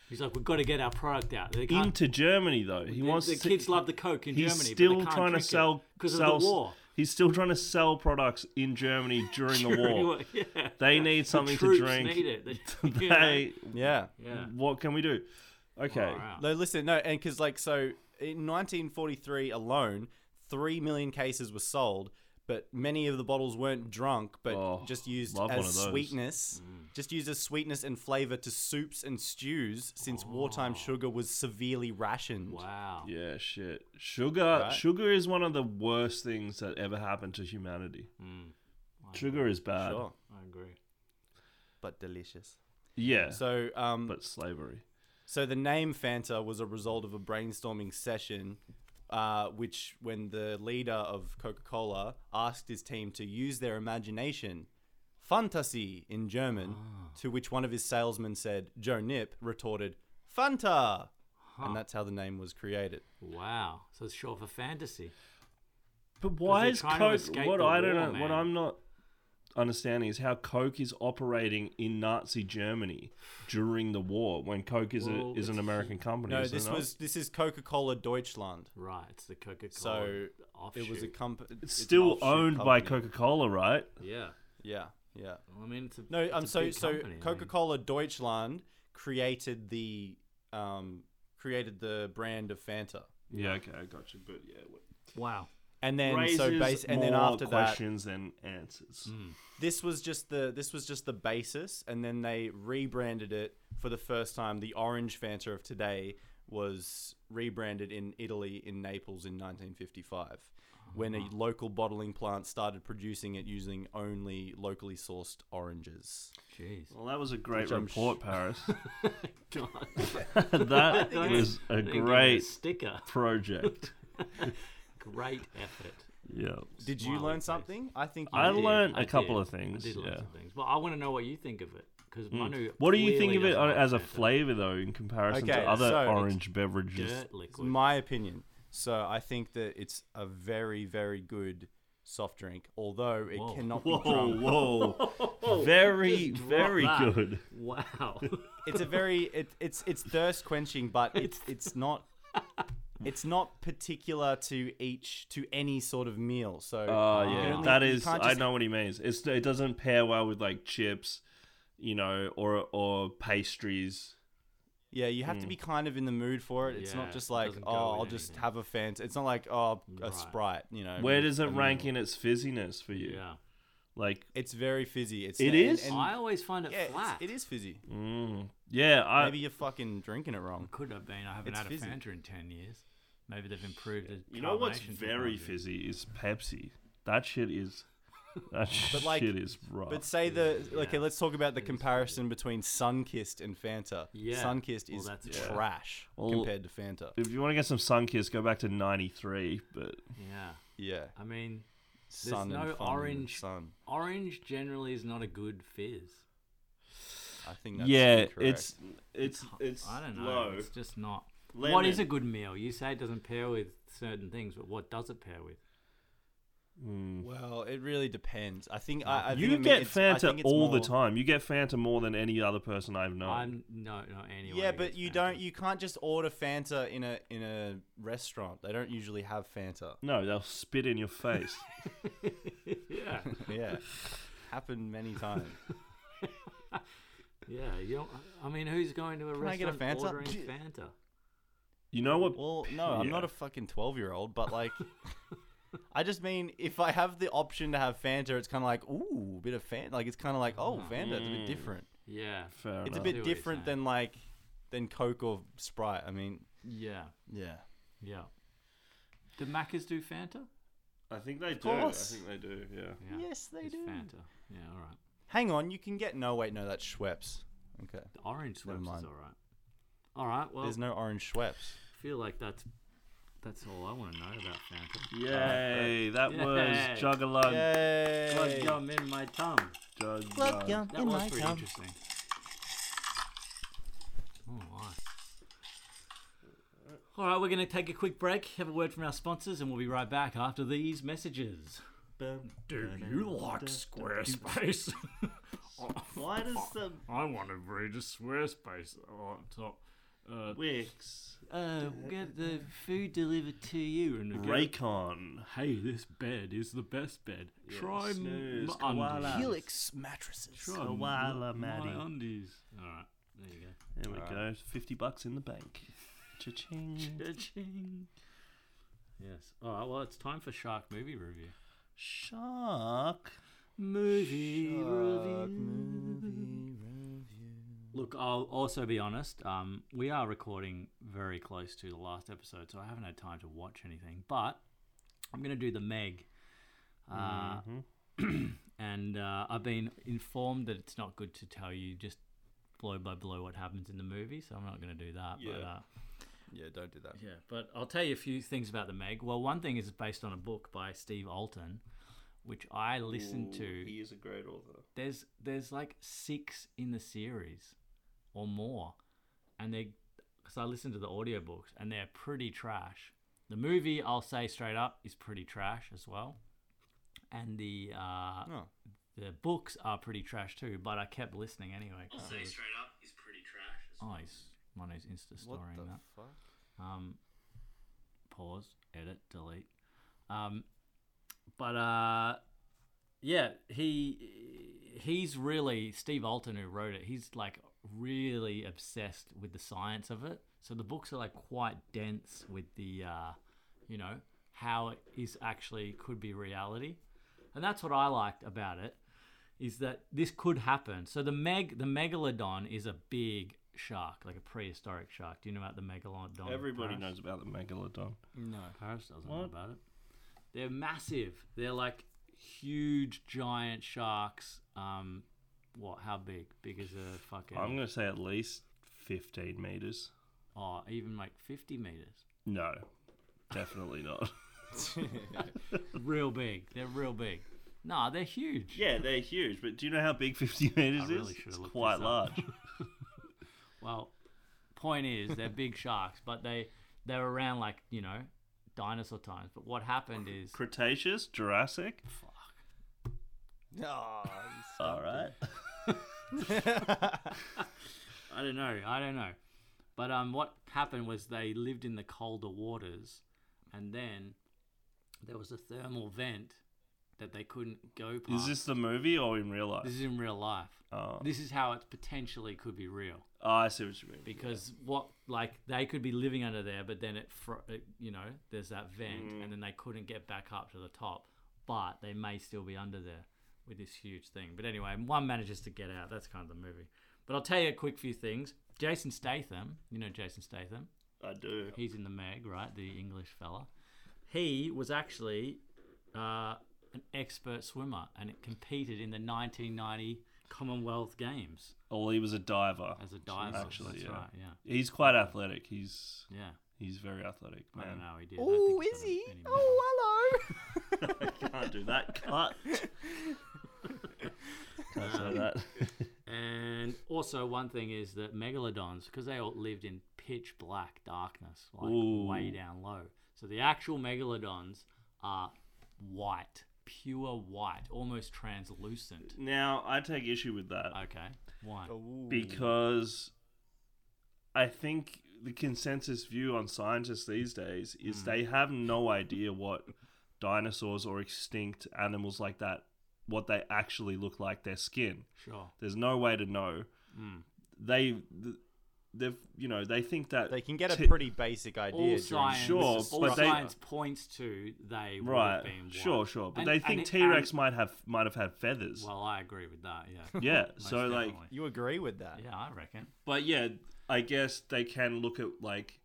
Speaker 3: He's like, we've got to get our product out. They can't.
Speaker 6: into Germany though. He
Speaker 3: the,
Speaker 6: wants
Speaker 3: the
Speaker 6: to-
Speaker 3: kids love the Coke in
Speaker 6: he's
Speaker 3: Germany.
Speaker 6: still
Speaker 3: but they can't
Speaker 6: trying to sell
Speaker 3: because of
Speaker 6: sell-
Speaker 3: the war.
Speaker 6: He's still trying to sell products in Germany during the
Speaker 3: During
Speaker 6: war.
Speaker 3: war, Yeah.
Speaker 6: They need something to
Speaker 3: troops
Speaker 6: drink.
Speaker 3: need it. They- you know?
Speaker 6: They,
Speaker 2: Yeah.
Speaker 3: Yeah.
Speaker 6: what can we do? Okay.
Speaker 3: Wow.
Speaker 2: No, listen, no, and because like so in 1943 alone, three million cases were sold, but many of the bottles weren't drunk, but
Speaker 6: Oh,
Speaker 2: just used
Speaker 6: love one of
Speaker 2: as
Speaker 6: those. Mm.
Speaker 2: sweetness, just used as sweetness and flavor to soups and stews, since wartime
Speaker 6: Oh.
Speaker 2: sugar was severely rationed.
Speaker 3: Wow.
Speaker 6: Yeah, shit. Sugar,
Speaker 2: Right?
Speaker 6: sugar is one of the worst things that ever happened to humanity.
Speaker 3: Mm.
Speaker 6: Sugar is bad.
Speaker 2: Sure,
Speaker 3: I agree.
Speaker 2: but delicious.
Speaker 6: Yeah,
Speaker 2: So, um,
Speaker 6: but slavery.
Speaker 2: So the name Fanta was a result of a brainstorming session, uh, which when the leader of Coca-Cola asked his team to use their imagination, fantasy in German,
Speaker 6: Ah.
Speaker 2: to which one of his salesmen said, Joe Nip retorted, Fanta, and that's how the name was created.
Speaker 3: Wow. So it's short for fantasy.
Speaker 6: But why
Speaker 3: they're
Speaker 6: is
Speaker 3: trying to
Speaker 6: Coke?
Speaker 3: escape
Speaker 6: What
Speaker 3: the
Speaker 6: I don't
Speaker 3: war,
Speaker 6: know, what
Speaker 3: man.
Speaker 6: I'm not understanding is how Coke is operating in Nazi Germany during the war when Coke is
Speaker 3: Well,
Speaker 6: a, is an
Speaker 3: it's-
Speaker 6: American company.
Speaker 2: No,
Speaker 6: is it
Speaker 2: this
Speaker 6: not?
Speaker 2: was this is Coca-Cola Deutschland.
Speaker 3: Right. It's the Coca Cola.
Speaker 2: So
Speaker 3: offshoot.
Speaker 2: it was a company.
Speaker 6: Oh, It's still owned by Coca Cola, right?
Speaker 3: Yeah.
Speaker 2: Yeah, yeah.
Speaker 3: Well, I mean, it's a
Speaker 2: No,
Speaker 3: it's
Speaker 2: I'm
Speaker 3: a
Speaker 2: so
Speaker 3: big
Speaker 2: so
Speaker 3: company, I mean.
Speaker 2: Coca-Cola Deutschland created the um created the brand of Fanta.
Speaker 6: Yeah, okay, I got you. But yeah, what-
Speaker 3: Wow.
Speaker 2: And then so
Speaker 6: raises
Speaker 2: base and then
Speaker 6: more
Speaker 2: after that
Speaker 6: questions than answers.
Speaker 3: Hmm.
Speaker 2: this was just the this was just the basis and then they rebranded it for the first time the orange Fanta of today was rebranded in Italy in Naples in 1955 when a
Speaker 3: Uh-huh.
Speaker 2: local bottling plant started producing it using only locally sourced oranges.
Speaker 3: Jeez.
Speaker 6: Well, that was a great
Speaker 2: Which I'm sh-
Speaker 6: report, Paris.
Speaker 3: God.
Speaker 6: that was a
Speaker 3: They gave it
Speaker 6: great
Speaker 3: sticker.
Speaker 6: project.
Speaker 3: Great effort.
Speaker 6: Yeah.
Speaker 2: Did you
Speaker 3: Smiley
Speaker 2: learn
Speaker 3: face.
Speaker 2: something? I think you
Speaker 6: I
Speaker 2: did.
Speaker 6: learned
Speaker 3: I
Speaker 6: a couple
Speaker 3: did.
Speaker 6: of things.
Speaker 3: I did
Speaker 6: yeah.
Speaker 3: learn some things. Well, I want to know what you think of it because Manu.
Speaker 6: Hmm. What do you think
Speaker 3: clearly
Speaker 6: of it
Speaker 3: doesn't
Speaker 6: on,
Speaker 3: like
Speaker 6: as a
Speaker 3: Fanta.
Speaker 6: flavor, though, in comparison
Speaker 2: Okay,
Speaker 6: to other
Speaker 2: so it's
Speaker 6: orange beverages?
Speaker 3: Dirt
Speaker 2: It's
Speaker 3: liquid.
Speaker 2: my opinion. So I think that it's a very, very good soft drink, although it
Speaker 3: Whoa.
Speaker 2: cannot be drunk.
Speaker 6: Whoa, whoa! very,
Speaker 3: Just drop
Speaker 6: very
Speaker 3: that.
Speaker 6: good.
Speaker 3: Wow.
Speaker 2: It's a very it, it's it's thirst quenching, but it's it's not it's not particular to each to any sort of meal. So
Speaker 6: Oh
Speaker 2: you can
Speaker 6: yeah,
Speaker 2: only-
Speaker 6: that
Speaker 2: you
Speaker 6: is.
Speaker 2: can't
Speaker 6: I
Speaker 2: just-
Speaker 6: know what he means. It's it doesn't pair well with like chips, you know, or or pastries.
Speaker 2: Yeah, you
Speaker 6: Hmm.
Speaker 2: have to be kind of in the mood for it. It's
Speaker 3: Yeah,
Speaker 2: not just like
Speaker 3: doesn't
Speaker 2: oh,
Speaker 3: go with
Speaker 2: I'll just
Speaker 3: anything.
Speaker 2: have a Fanta. It's not like oh, a
Speaker 3: Right.
Speaker 2: Sprite. You know,
Speaker 6: Where does
Speaker 2: a
Speaker 6: it rank
Speaker 2: meal.
Speaker 6: in its fizziness for you?
Speaker 3: yeah.
Speaker 6: Like,
Speaker 2: It's very fizzy. It's
Speaker 6: It
Speaker 2: and-
Speaker 6: is?
Speaker 2: and-
Speaker 3: I always find it
Speaker 2: yeah, it's-
Speaker 3: flat.
Speaker 2: it is fizzy.
Speaker 6: mm, yeah, I
Speaker 2: Maybe you're fucking drinking it wrong.
Speaker 3: Could have been. I haven't
Speaker 2: It's
Speaker 3: had a
Speaker 2: fizzy.
Speaker 3: Fanta in ten years. Maybe they've improved it.
Speaker 6: You know what's very fizzy is Pepsi. That shit is That
Speaker 2: But, like,
Speaker 6: shit is rough.
Speaker 2: But say the okay.
Speaker 3: Yeah.
Speaker 2: Let's talk about the
Speaker 3: It's-
Speaker 2: comparison between Sunkist and Fanta.
Speaker 3: Yeah.
Speaker 2: Sunkist
Speaker 3: Well,
Speaker 2: is
Speaker 3: that's-
Speaker 6: Yeah.
Speaker 2: trash
Speaker 6: Well-
Speaker 2: compared to Fanta.
Speaker 6: if you want to get some sun kiss, go back to '93. But
Speaker 3: Yeah.
Speaker 2: Yeah,
Speaker 3: I mean,
Speaker 2: sun
Speaker 3: no
Speaker 2: and fun and
Speaker 3: orange-
Speaker 2: sun.
Speaker 3: orange generally is not a good fizz.
Speaker 2: I think that's
Speaker 6: yeah,
Speaker 2: incorrect.
Speaker 6: it's it's it's
Speaker 3: I don't know.
Speaker 6: low.
Speaker 3: It's just not. What
Speaker 6: Lemon.
Speaker 3: is a good meal? You say it doesn't pair with certain things, but what does it pair with?
Speaker 6: Mm.
Speaker 2: well, it really depends. I think I, I think
Speaker 6: you
Speaker 2: it mean-
Speaker 6: get
Speaker 2: it's- I think
Speaker 6: Fanta
Speaker 2: it's
Speaker 6: all the
Speaker 2: more-
Speaker 6: time. You get Fanta more than any other person I've known.
Speaker 3: I'm no, no. Anyway.
Speaker 2: Yeah, but you don't. You can't just order Fanta in a in a restaurant. They don't usually have Fanta.
Speaker 6: No, they'll spit in your face.
Speaker 3: yeah,
Speaker 2: Yeah, happened many times.
Speaker 3: yeah. You don't, I mean, who's going to a
Speaker 2: Can I get a
Speaker 3: restaurant
Speaker 2: Fanta?
Speaker 3: ordering
Speaker 2: Gee.
Speaker 3: Fanta?
Speaker 6: You know what?
Speaker 2: Well, no, I'm
Speaker 6: Yeah.
Speaker 2: not a fucking 12 year old, but like, I just mean if I have the option to have Fanta, it's kind of like, ooh, a bit of Fanta. Like, it's kind of like, oh,
Speaker 3: Ah.
Speaker 2: Fanta, it's a bit
Speaker 6: Mm.
Speaker 2: different.
Speaker 3: Yeah,
Speaker 6: Fair
Speaker 2: It's a
Speaker 6: enough.
Speaker 3: See
Speaker 2: bit
Speaker 3: what you're
Speaker 2: different
Speaker 3: saying.
Speaker 2: than like, than Coke or Sprite. I mean,
Speaker 3: yeah,
Speaker 2: yeah.
Speaker 3: yeah. Do Maccas do Fanta?
Speaker 6: I think they
Speaker 2: Of
Speaker 6: do. I
Speaker 2: course.
Speaker 6: think they do. Yeah.
Speaker 3: Yeah,
Speaker 2: Yes, they
Speaker 3: it's
Speaker 2: do.
Speaker 3: Fanta. Yeah, all right.
Speaker 2: Hang on, you can get. No, wait, no, that's Schweppes. Okay.
Speaker 3: The orange
Speaker 2: Never
Speaker 3: Schweppes is all right.
Speaker 2: mind.
Speaker 3: All right. Well,
Speaker 2: There's no orange Schweppes.
Speaker 3: I feel like that's that's all I want to know about Fanta.
Speaker 6: Yay! That
Speaker 3: Yay.
Speaker 6: was Juggalug.
Speaker 2: Yay.
Speaker 3: Blood yum in my tongue.
Speaker 6: Jug
Speaker 2: Blood
Speaker 6: Lug.
Speaker 2: yum
Speaker 3: That
Speaker 2: Oh, in
Speaker 3: was
Speaker 2: my
Speaker 3: pretty
Speaker 2: tongue.
Speaker 3: interesting. Oh my. All right, we're going to take a quick break, have a word from our sponsors, and we'll be right back after these messages. Do you like Squarespace?
Speaker 6: Why does the
Speaker 3: I want to read a Squarespace on top. Uh,
Speaker 6: Wix
Speaker 3: uh, get the food delivered to you and get-
Speaker 6: Raycon?
Speaker 3: Hey, this bed is the best bed.
Speaker 6: Yeah,
Speaker 3: Try
Speaker 6: snooze,
Speaker 3: my
Speaker 6: koala.
Speaker 3: undies.
Speaker 2: Helix mattresses.
Speaker 3: Try
Speaker 6: koala,
Speaker 3: m- my
Speaker 6: uh, Maddie.
Speaker 3: undies. All right, there you go.
Speaker 6: There we
Speaker 2: Alright.
Speaker 6: go. Fifty bucks in the bank. Cha-ching.
Speaker 3: Yes. All right. Well, it's time for shark movie review.
Speaker 6: Shark.
Speaker 3: Movie
Speaker 2: Shark movie review.
Speaker 3: Look, I'll also be honest. Um, we are recording very close to the last episode, so I haven't had time to watch anything. But I'm going to do the Meg, uh,
Speaker 6: Mm-hmm.
Speaker 3: and uh, I've been informed that it's not good to tell you just blow by blow what happens in the movie, so I'm not going to do that. But
Speaker 6: Yeah.
Speaker 3: uh,
Speaker 2: Yeah, don't do that.
Speaker 3: Yeah, but I'll tell you a few things about the Meg. Well, one thing is it's based on a book by Steve Alton, which I listened to.
Speaker 6: He is a great author.
Speaker 3: There's there's like six in the series or more, and they because I listened to the audiobooks and they're pretty trash. The movie, I'll say straight up, is pretty trash as well, and the uh,
Speaker 2: No.
Speaker 3: the books are pretty trash too. But I kept listening anyway. I'll say straight up is pretty trash. oh, he's Mono's Insta
Speaker 2: What
Speaker 3: storying
Speaker 2: the
Speaker 3: that.
Speaker 2: fuck?
Speaker 3: Um, pause, edit, delete. Um, but uh, yeah, he he's really Steve Alton who wrote it. He's like really obsessed with the science of it. So the books are like quite dense with the, uh, you know, how it is actually could be reality, and that's what I liked about it is that this could happen. So the meg the megalodon is a big shark, like a prehistoric shark. Do you know about the megalodon?
Speaker 6: Everybody
Speaker 3: Paris?
Speaker 6: knows about the megalodon.
Speaker 2: No.
Speaker 3: Paris doesn't know
Speaker 6: What?
Speaker 3: about it. They're massive. They're like huge, giant sharks. Um, what? How big? Big as a fucking.
Speaker 6: I'm gonna say at least fifteen meters.
Speaker 3: Oh, even like fifty meters.
Speaker 6: No, definitely not.
Speaker 3: real big. They're real big. Nah, they're huge.
Speaker 6: yeah, they're huge, but do you know how big fifty meters
Speaker 3: I really
Speaker 6: is?
Speaker 3: should
Speaker 6: It's
Speaker 3: have looked
Speaker 6: quite
Speaker 3: this up.
Speaker 6: large.
Speaker 3: Well, point is they're big sharks, but they they're around like you know dinosaur times. But what happened is
Speaker 6: Cretaceous, Jurassic.
Speaker 2: No.
Speaker 6: All right.
Speaker 2: Ah,
Speaker 3: I don't know. I don't know. But um, what happened was they lived in the colder waters, and then there was a thermal vent that they couldn't go past.
Speaker 6: Is this the movie or in real life?
Speaker 3: This is in real life.
Speaker 6: Oh,
Speaker 3: This is how it potentially could be real
Speaker 6: Oh, I see what you mean.
Speaker 3: because what like they could be living under there, but then it, fro- it you know there's that vent,
Speaker 6: Mm.
Speaker 3: and then they couldn't get back up to the top, but they may still be under there with this huge thing. But anyway, one manages to get out. That's kind of the movie. But I'll tell you a quick few things. Jason Statham, you know Jason Statham.
Speaker 6: I do.
Speaker 3: He's in the Meg, right? The English fella. He was actually uh, an expert swimmer and it competed in the 1990 Commonwealth Games
Speaker 6: Well, Oh, he was a diver.
Speaker 3: as a diver.
Speaker 6: Actually,
Speaker 3: That's
Speaker 6: yeah.
Speaker 3: right, yeah,
Speaker 6: He's quite athletic. He's
Speaker 3: yeah. He's
Speaker 6: he's very athletic,
Speaker 3: I don't
Speaker 6: man.
Speaker 3: know. He did. I don't
Speaker 2: Oh,
Speaker 3: think
Speaker 2: is
Speaker 3: he's
Speaker 2: he?
Speaker 3: done it anymore.
Speaker 2: Oh, hello.
Speaker 6: I can't do that. Cut. Can't say that.
Speaker 3: And also, one thing is that megalodons, because they all lived in pitch black darkness, like way
Speaker 6: Ooh.
Speaker 3: down low. So the actual megalodons are white, pure white, almost translucent.
Speaker 6: Now I take issue with that
Speaker 3: Okay, why?
Speaker 6: Oh.
Speaker 2: Ooh.
Speaker 6: because I think the consensus view on scientists these days
Speaker 2: Hmm.
Speaker 6: is they have no idea what dinosaurs or extinct animals like that what they actually look like their skin
Speaker 3: Sure.
Speaker 6: There's no way to know.
Speaker 2: Hmm.
Speaker 6: They, th- they've, you know, they think that
Speaker 2: they can get
Speaker 6: ti-
Speaker 2: a pretty basic idea.
Speaker 3: All
Speaker 2: during
Speaker 3: science,
Speaker 6: Sure,
Speaker 3: all
Speaker 6: but they-
Speaker 3: science points to they would
Speaker 6: right,
Speaker 3: have been white.
Speaker 6: sure, sure, but
Speaker 3: And-
Speaker 6: they
Speaker 3: and
Speaker 6: think
Speaker 3: it-
Speaker 6: T Rex
Speaker 3: and-
Speaker 6: might have might have had feathers.
Speaker 3: Well, I agree with that. Yeah.
Speaker 6: yeah,
Speaker 3: most
Speaker 6: so like,
Speaker 3: definitely.
Speaker 2: You agree with that?
Speaker 3: yeah, I reckon.
Speaker 6: but yeah, I guess they can look at like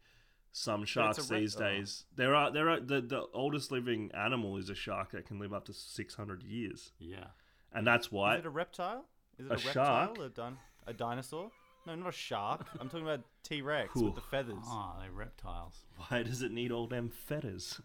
Speaker 6: some sharks
Speaker 2: re-
Speaker 6: these
Speaker 2: oh.
Speaker 6: days. There are there are the the oldest living animal is a shark that can live up to 600 years,
Speaker 3: Yeah.
Speaker 6: and that's
Speaker 2: Is
Speaker 6: why
Speaker 2: it a reptile? Is it
Speaker 6: A
Speaker 2: a, reptile?
Speaker 6: shark?
Speaker 2: A, din- a dinosaur? No, not a shark. I'm talking about T Rex
Speaker 6: Cool.
Speaker 2: with the feathers.
Speaker 3: Ah, they're reptiles.
Speaker 6: why does it need all them feathers?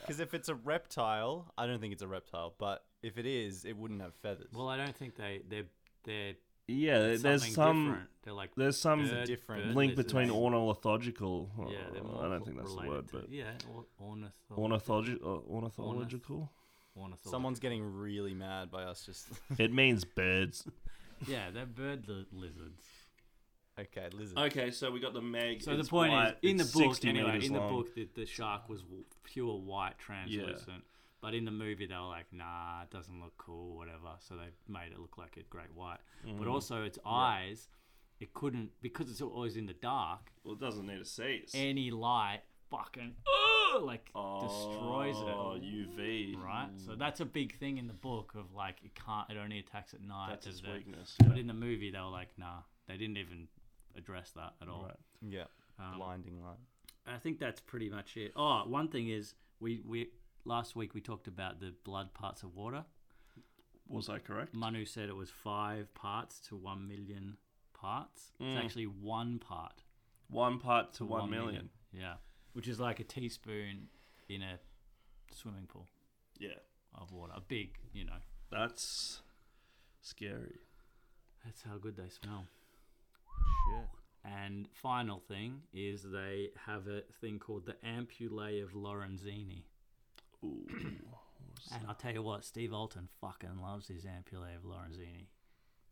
Speaker 2: Because if it's a reptile, I don't think it's a reptile, but if it is, it wouldn't have feathers.
Speaker 3: Well, I don't think they they're they're
Speaker 6: Yeah, there's
Speaker 3: something
Speaker 6: some.
Speaker 3: different. They're like
Speaker 6: There's some
Speaker 3: bird-
Speaker 2: different
Speaker 3: bird
Speaker 6: link
Speaker 3: lizards.
Speaker 6: between ornithological.
Speaker 3: Yeah, they're
Speaker 6: uh,
Speaker 3: more
Speaker 6: I don't think that's the
Speaker 3: related
Speaker 6: word,
Speaker 3: to-
Speaker 6: but
Speaker 3: yeah, or, ornitho-
Speaker 6: ornithologi- uh, ornithological.
Speaker 3: ornithological.
Speaker 2: Someone's getting really mad by us just.
Speaker 6: it means birds.
Speaker 3: yeah, they're bird li- lizards.
Speaker 2: okay, lizard.
Speaker 3: Oh.
Speaker 6: Okay, so we got the meg.
Speaker 3: So the point is, in the book anyway, in the book the, the shark was w- pure white, translucent. But in the movie, they were like, "Nah, it doesn't look cool, whatever." So they made it look like a great white. But
Speaker 6: Mm.
Speaker 3: also, its eyes, it couldn't because it's always in the dark.
Speaker 6: Well, it doesn't need a cease.
Speaker 3: Any light, fucking, ugh, like destroys it.
Speaker 6: Oh, UV.
Speaker 3: right? So that's a big thing in the book of like it can't, it only attacks at night.
Speaker 6: That's
Speaker 3: da,
Speaker 6: its
Speaker 3: da, da.
Speaker 6: weakness.
Speaker 3: But in the movie, they were like, nah, they didn't even address that at all.
Speaker 6: Right.
Speaker 2: Yeah.
Speaker 3: Um,
Speaker 2: Blinding light.
Speaker 3: I think that's pretty much it. Oh, one thing is we we last week we talked about the blood parts of water.
Speaker 6: Was I correct?
Speaker 3: Manu said it was five parts to one million parts. It's
Speaker 6: Mm.
Speaker 3: actually one part
Speaker 6: One part to,
Speaker 3: to
Speaker 6: one
Speaker 3: one
Speaker 6: million.
Speaker 3: Yeah, which is like a teaspoon in a swimming pool
Speaker 6: Yeah,
Speaker 3: of water. A big, you know.
Speaker 6: that's scary.
Speaker 3: That's how good they smell.
Speaker 6: Shit.
Speaker 3: And final thing is they have a thing called the ampullae of Lorenzini.
Speaker 6: Ooh.
Speaker 3: And I'll tell you what, Steve Alton fucking loves his ampullae of Lorenzini.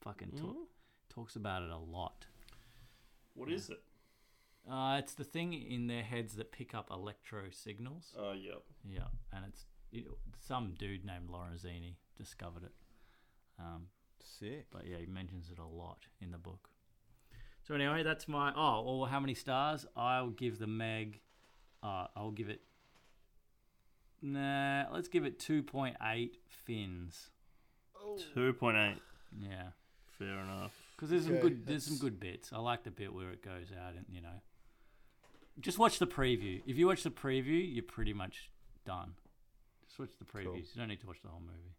Speaker 3: Fucking ta- talks about it a lot.
Speaker 6: What is it?
Speaker 3: Uh, it's the thing in their heads that pick up electro signals.
Speaker 6: Oh, yeah.
Speaker 3: Yeah, and it's it, some dude named Lorenzini discovered it. Um,
Speaker 2: Sick.
Speaker 3: but yeah, he mentions it a lot in the book. So anyway, that's my oh, well, how many stars? I'll give the Meg. Uh, I'll give it. Nah, let's give it two point eight fins.
Speaker 6: Two point eight.
Speaker 3: Yeah,
Speaker 6: Fair enough.
Speaker 3: because there's some
Speaker 2: Okay,
Speaker 3: good there's some
Speaker 2: that's-
Speaker 3: good bits. I like the bit where it goes out and you know. Just watch the preview. If you watch the preview, you're pretty much done. Just watch the previews.
Speaker 2: Cool.
Speaker 3: You don't need to watch the whole movie.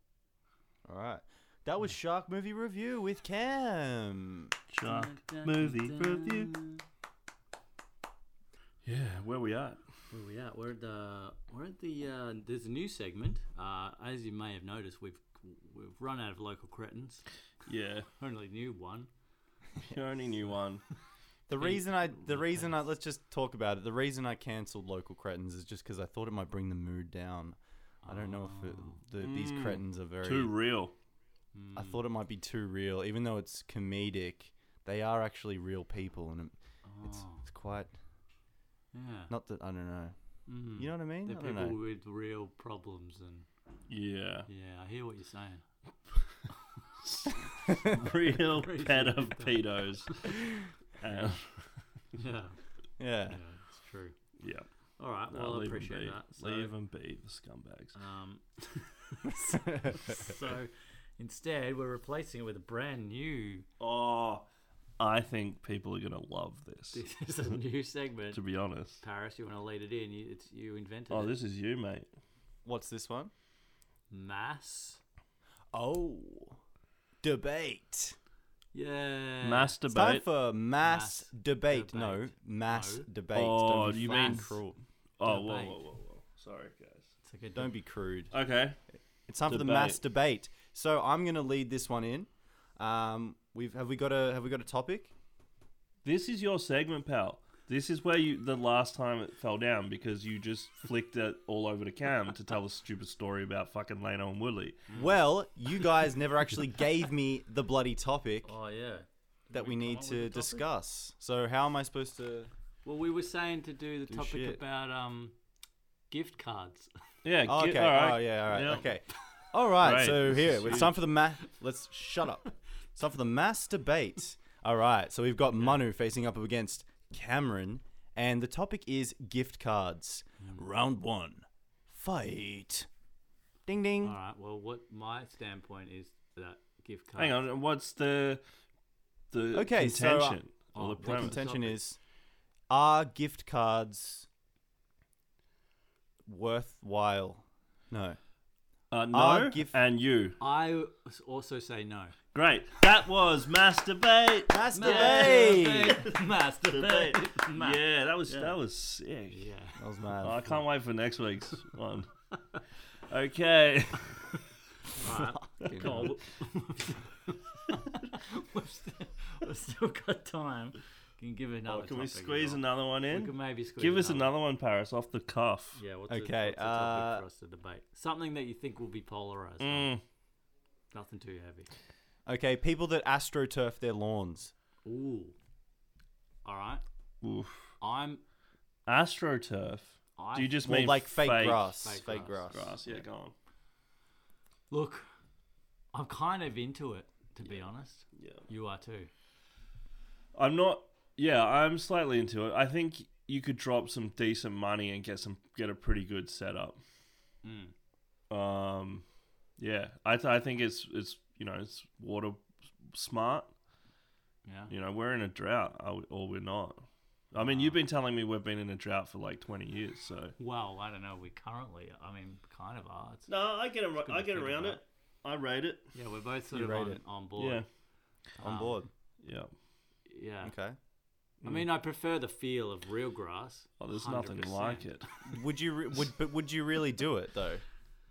Speaker 2: All right. That was Shark Movie Review with Cam.
Speaker 6: Shark movie review. Yeah, where we at?
Speaker 3: Where we at? We're at the we're at the uh, there's a new segment. Uh, as you may have noticed, we've we've run out of local cretins.
Speaker 6: Yeah,
Speaker 3: Only new one.
Speaker 6: you only knew one.
Speaker 2: The
Speaker 3: Hey,
Speaker 2: reason I, the
Speaker 3: Locals.
Speaker 2: reason I, let's just talk about it. The reason I cancelled local cretins is just because I thought it might bring the mood down. I don't know if it, the, these
Speaker 6: Mm.
Speaker 2: cretins are very.
Speaker 6: Too real.
Speaker 3: Hmm.
Speaker 2: I thought it might be too real, even though it's comedic. They are actually real people, and it, it's
Speaker 3: Oh,
Speaker 2: it's quite
Speaker 3: yeah.
Speaker 2: not that I don't know.
Speaker 3: Mm.
Speaker 2: You know what I mean?
Speaker 3: the
Speaker 2: I
Speaker 3: people
Speaker 2: don't know.
Speaker 3: with real problems and
Speaker 6: Yeah.
Speaker 3: yeah, I hear what you're saying.
Speaker 6: real
Speaker 3: Crazy.
Speaker 6: pet of pedos. Um,
Speaker 3: Yeah,
Speaker 2: Yeah.
Speaker 3: yeah, it's true.
Speaker 6: yeah.
Speaker 3: All right,
Speaker 6: No,
Speaker 3: well, I
Speaker 6: leave 'em
Speaker 3: appreciate
Speaker 6: be.
Speaker 3: that. So,
Speaker 6: Leave them be, the scumbags.
Speaker 2: Uh,
Speaker 3: um, so instead, we're replacing it with a brand new.
Speaker 6: Oh, I think people are gonna love this.
Speaker 3: This is a new segment.
Speaker 6: To be honest.
Speaker 3: Paris, you want to lead it in? You, it's you invented
Speaker 6: Oh,
Speaker 3: it.
Speaker 6: this is you, mate.
Speaker 2: What's this one?
Speaker 3: Mass.
Speaker 2: Oh, debate.
Speaker 3: Yeah.
Speaker 6: Mass
Speaker 2: It's time
Speaker 6: debate.
Speaker 2: for mass,
Speaker 3: Mass
Speaker 2: debate.
Speaker 3: debate.
Speaker 2: No, mass
Speaker 3: No.
Speaker 2: debate.
Speaker 6: Oh,
Speaker 2: Don't be
Speaker 6: you
Speaker 2: fucking
Speaker 3: mean-
Speaker 2: cruel?
Speaker 6: oh, whoa, whoa,
Speaker 3: debate.
Speaker 6: whoa, whoa. Sorry, guys.
Speaker 3: It's a good
Speaker 2: Don't be crude.
Speaker 6: Okay.
Speaker 2: It's time for the
Speaker 6: Debate.
Speaker 2: mass debate. So I'm gonna lead this one in. Um, we've have we got a have we got a topic?
Speaker 6: This is your segment, pal. This is where you the last time it fell down because you just flicked it all over to Cam to tell a stupid story about fucking Leno and Woodley.
Speaker 2: Well, you guys never actually gave me the bloody topic
Speaker 3: Oh yeah.
Speaker 2: that we
Speaker 3: come
Speaker 2: need
Speaker 3: up with a
Speaker 2: to
Speaker 3: topic?
Speaker 2: discuss. So how am I supposed to?
Speaker 3: Well, we were saying to do the
Speaker 2: Do
Speaker 3: topic
Speaker 2: shit.
Speaker 3: about um, gift cards.
Speaker 6: Yeah.
Speaker 2: Oh,
Speaker 6: get-
Speaker 2: okay.
Speaker 6: all right.
Speaker 2: Oh yeah. All right.
Speaker 6: Yeah.
Speaker 2: Okay. All right.
Speaker 6: Right.
Speaker 2: So
Speaker 6: This
Speaker 2: here
Speaker 6: is
Speaker 2: it's time for the mass. Let's shut up. It's time for the mass debate. All right. So we've got Manu facing up against Cameron, and the topic is gift cards. Round one. Fight. Ding ding.
Speaker 3: All right. Well, what my standpoint is that gift cards.
Speaker 6: Hang on. What's the the
Speaker 2: Okay, so, uh,
Speaker 6: contention
Speaker 3: oh,
Speaker 6: or the
Speaker 3: the
Speaker 2: The
Speaker 3: Right.
Speaker 6: premise?
Speaker 2: contention
Speaker 3: Topic.
Speaker 2: is: Are gift cards worthwhile? No.
Speaker 6: Uh,
Speaker 2: I'll
Speaker 6: no,
Speaker 2: give-
Speaker 6: and you.
Speaker 3: I also say no.
Speaker 6: Great. That was mass debate.
Speaker 2: Mass debate.
Speaker 3: Masturbate. Masturbate. Ma-
Speaker 6: yeah, that was that was sick.
Speaker 3: Yeah.
Speaker 2: That was mad.
Speaker 6: Oh, I can't wait for next week's one. Okay.
Speaker 3: All right. Come on. we've, still, we've still got time. Can give it another.
Speaker 6: Oh, can we
Speaker 3: topic as
Speaker 6: squeeze
Speaker 3: well.
Speaker 6: another one
Speaker 3: We
Speaker 6: in?
Speaker 3: can maybe squeeze
Speaker 6: Give us
Speaker 3: another.
Speaker 6: another one, Paris, off the cuff.
Speaker 3: Yeah. What's
Speaker 2: Okay,
Speaker 3: A, what's a topic
Speaker 2: uh,
Speaker 3: for us to debate? Something that you think will be polarized.
Speaker 6: Mm.
Speaker 3: Nothing too heavy.
Speaker 2: Okay, people that astroturf their lawns.
Speaker 3: Ooh. All right.
Speaker 6: Mm. Oof.
Speaker 3: I'm.
Speaker 6: AstroTurf.
Speaker 3: I
Speaker 6: Do you just
Speaker 2: More
Speaker 6: mean
Speaker 2: like fake,
Speaker 6: fake
Speaker 2: grass.
Speaker 3: fake
Speaker 2: Fake,
Speaker 3: grass.
Speaker 2: grass.
Speaker 6: grass? Yeah, go on.
Speaker 3: look? I'm kind of into it, to be honest.
Speaker 6: Yeah.
Speaker 3: You are too.
Speaker 6: I'm not. Yeah, I'm slightly into it. I think you could drop some decent money and get some get a pretty good setup.
Speaker 3: Mm.
Speaker 6: Um, yeah, I, th- I think it's it's you know it's water smart.
Speaker 3: Yeah.
Speaker 6: You know we're in a drought, I w- or we're not. I mean, you've been telling me we've been in a drought for like 20 years, so.
Speaker 3: Well, I don't know. We currently, I mean, kind of are. It's,
Speaker 6: No, I get ar-
Speaker 3: good to think about.
Speaker 6: I rate it.
Speaker 3: yeah, we're both sort
Speaker 2: You
Speaker 3: of
Speaker 2: rate
Speaker 3: on,
Speaker 2: it.
Speaker 3: on board.
Speaker 6: Yeah,
Speaker 2: On
Speaker 3: Um,
Speaker 2: board.
Speaker 6: yeah.
Speaker 3: Yeah.
Speaker 2: Okay.
Speaker 3: I mean, I prefer the feel of real grass.
Speaker 6: Oh, there's nothing
Speaker 3: 100%.
Speaker 6: like it.
Speaker 2: Would you? Re- would but would you really do it though?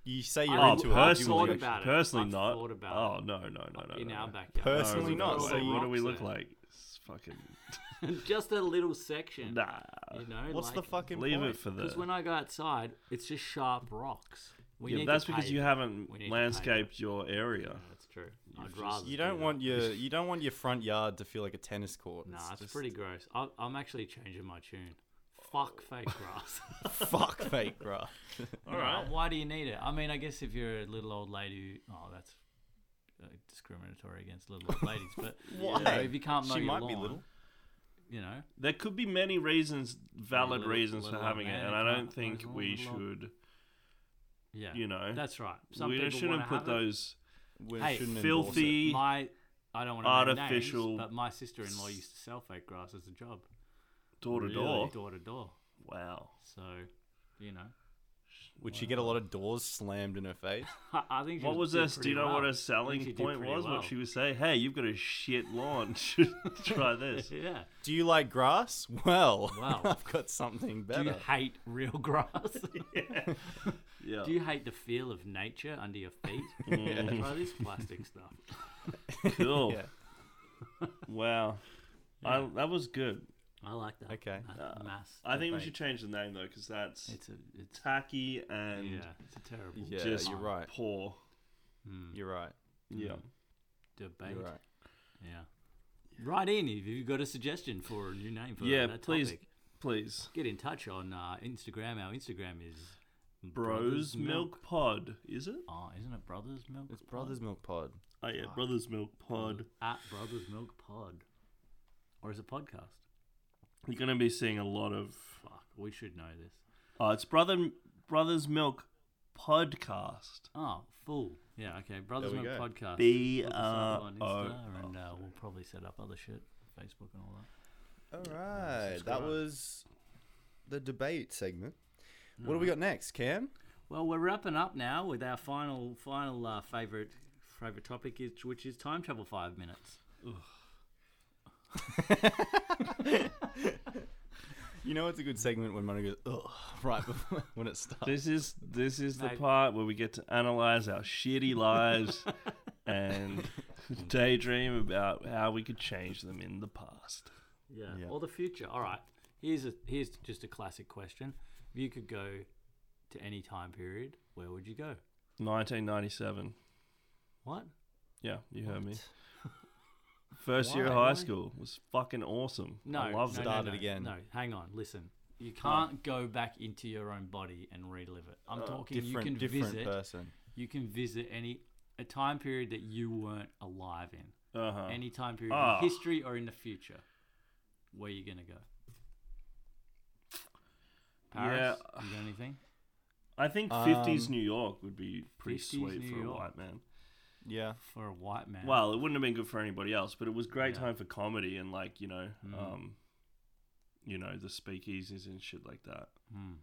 Speaker 2: You say you're
Speaker 3: I-
Speaker 6: Oh,
Speaker 2: into
Speaker 3: I've
Speaker 2: it.
Speaker 3: thought
Speaker 6: personally,
Speaker 2: Personally,
Speaker 3: about it.
Speaker 6: personally
Speaker 3: I've
Speaker 6: not.
Speaker 3: thought about
Speaker 6: oh no, no, no, no.
Speaker 3: in
Speaker 6: no,
Speaker 3: our
Speaker 6: no.
Speaker 3: backyard.
Speaker 6: No,
Speaker 2: Personally
Speaker 6: we've
Speaker 2: not,
Speaker 6: got
Speaker 2: so
Speaker 6: away. what do
Speaker 3: rocks
Speaker 6: we look
Speaker 3: there.
Speaker 6: like? It's fucking
Speaker 3: just a little section.
Speaker 6: nah.
Speaker 3: You know,
Speaker 2: what's the fucking
Speaker 6: Leave
Speaker 2: point?
Speaker 6: it for the.
Speaker 3: Because when I go outside, it's just sharp rocks. We
Speaker 6: yeah,
Speaker 3: need
Speaker 6: but
Speaker 3: to
Speaker 6: that's because
Speaker 3: pave
Speaker 6: you
Speaker 3: it.
Speaker 6: haven't
Speaker 3: We need to pave it.
Speaker 6: landscaped your area.
Speaker 3: That's true. I'd rather.
Speaker 2: You
Speaker 3: do
Speaker 2: don't
Speaker 3: that.
Speaker 2: want your you don't want your front yard to feel like a tennis court.
Speaker 3: Nah, it's
Speaker 2: just-
Speaker 3: pretty gross. I, I'm actually changing my tune. Fuck fake grass.
Speaker 2: fuck fake grass.
Speaker 6: All right.
Speaker 3: Why do you need it? I mean, I guess if you're a little old lady, who- oh, that's uh, discriminatory against little old ladies. But
Speaker 2: Why?
Speaker 3: You know, if you can't mow
Speaker 2: She
Speaker 3: your
Speaker 2: might be
Speaker 3: lawn,
Speaker 2: little.
Speaker 3: you know,
Speaker 6: There could be many reasons, valid
Speaker 3: little-
Speaker 6: reasons for
Speaker 3: little
Speaker 6: having it,
Speaker 3: man,
Speaker 6: and
Speaker 3: if
Speaker 6: I
Speaker 3: not-
Speaker 6: don't think
Speaker 3: little-
Speaker 6: we
Speaker 3: little-
Speaker 6: should.
Speaker 3: yeah,
Speaker 6: You know,
Speaker 3: that's right. Some
Speaker 6: we
Speaker 3: people
Speaker 6: shouldn't
Speaker 3: wanna
Speaker 6: put
Speaker 3: have it.
Speaker 6: those
Speaker 2: We
Speaker 3: Hey,
Speaker 2: shouldn't endorse it.
Speaker 6: filthy.
Speaker 3: My, I don't want to
Speaker 6: artificial-
Speaker 3: names, but my sister-in-law used to sell fake grass as a job,
Speaker 6: Door to door.
Speaker 3: door to door.
Speaker 6: Wow.
Speaker 3: So, you know,
Speaker 2: Would she get a lot of doors slammed in her face?
Speaker 3: I, I think. She
Speaker 6: What was
Speaker 3: did
Speaker 6: this? Do you
Speaker 3: pretty
Speaker 6: know
Speaker 3: well.
Speaker 6: what
Speaker 3: I
Speaker 6: her
Speaker 3: think she
Speaker 6: selling
Speaker 3: did
Speaker 6: point
Speaker 3: pretty
Speaker 6: was?
Speaker 3: well.
Speaker 6: What she was saying? Hey, you've got a shit lawn. Should try this.
Speaker 3: Yeah.
Speaker 2: Do you like grass? Well,
Speaker 3: Wow.
Speaker 2: I've got something
Speaker 3: Do you
Speaker 2: better.
Speaker 3: hate real grass?
Speaker 6: Yeah.
Speaker 3: Do you hate the feel of nature under your feet? Try this plastic stuff.
Speaker 6: Cool.
Speaker 2: Yeah.
Speaker 6: Wow. I, that was good.
Speaker 3: I like that.
Speaker 2: Okay.
Speaker 3: That
Speaker 6: Uh,
Speaker 3: mass.
Speaker 6: I think we
Speaker 3: debate.
Speaker 6: should change the name though, because that's
Speaker 3: It's a. It's.
Speaker 6: tacky and
Speaker 3: Yeah. It's a terrible
Speaker 2: Yeah,
Speaker 6: just
Speaker 2: you're right.
Speaker 6: poor.
Speaker 3: mm,
Speaker 2: You're right.
Speaker 6: Yeah.
Speaker 3: debate.
Speaker 2: You're right.
Speaker 3: Yeah. Right in if you've got a suggestion for a new name for
Speaker 6: Yeah,
Speaker 3: that
Speaker 6: please.
Speaker 3: topic.
Speaker 6: Please.
Speaker 3: Get in touch on uh, Instagram. Our Instagram is
Speaker 6: Bros Milk, Pod, is it?
Speaker 3: Oh, isn't it Brothers Milk?
Speaker 2: It's Brothers Milk Pod.
Speaker 6: Oh yeah, Brothers Milk Pod.
Speaker 3: At Brothers Milk Pod, or is it podcast?
Speaker 6: You're gonna be seeing a lot of.
Speaker 3: Fuck, we should know this.
Speaker 6: Uh, it's Brother Brothers Milk Podcast.
Speaker 3: Oh, full. Yeah, okay. Brothers
Speaker 2: There
Speaker 3: Milk
Speaker 2: we go. Oh.
Speaker 3: Podcast.
Speaker 6: B
Speaker 3: Look us up
Speaker 6: R
Speaker 3: on
Speaker 6: O.
Speaker 3: Insta, and uh, we'll probably set up other shit, Facebook and all that.
Speaker 2: All right. That
Speaker 6: subscribe.
Speaker 2: was the debate segment. What do we got next, Cam?
Speaker 3: Well, we're wrapping up now with our final final uh, favorite favorite topic, is, which is time travel five minutes.
Speaker 2: You know, it's a good segment when Mona goes, ugh, right before, when it starts.
Speaker 6: This is this is the
Speaker 3: Mate.
Speaker 6: part where we get to analyze our shitty lives and daydream about how we could change them in the past.
Speaker 3: Yeah.
Speaker 2: Yeah.
Speaker 3: Or the future. All right. Here's a here's just a classic question. If you could go to any time period, where would you go?
Speaker 6: 1997.
Speaker 3: What?
Speaker 6: Yeah, you heard me. First year
Speaker 2: Why?
Speaker 6: of high school was fucking awesome.
Speaker 3: No.
Speaker 6: I loved
Speaker 3: no,
Speaker 6: it.
Speaker 3: no,
Speaker 2: Start it
Speaker 3: no,
Speaker 2: again.
Speaker 3: No. Hang on. Listen. You can't go back into your own body and relive it. I'm talking. You
Speaker 2: Uh, different,
Speaker 3: can
Speaker 2: different
Speaker 3: visit.
Speaker 2: person.
Speaker 3: You can visit any a time period that you weren't alive in.
Speaker 2: Uh.
Speaker 6: Uh-huh.
Speaker 3: Any time period
Speaker 6: Ah.
Speaker 3: in history or in the future. Where you gonna go? Paris.
Speaker 6: Yeah.
Speaker 3: You got anything?
Speaker 6: I think 50s
Speaker 2: Um,
Speaker 6: New York would be pretty
Speaker 3: 50s
Speaker 6: sweet
Speaker 3: New
Speaker 6: for a
Speaker 3: York.
Speaker 6: white man.
Speaker 2: Yeah.
Speaker 3: For a white man.
Speaker 6: Well, it wouldn't have been good for anybody else, but it was great
Speaker 3: Yeah.
Speaker 6: time for comedy and like you know,
Speaker 3: Mm.
Speaker 6: um, you know the speakeasies and shit like that.
Speaker 3: Hmm.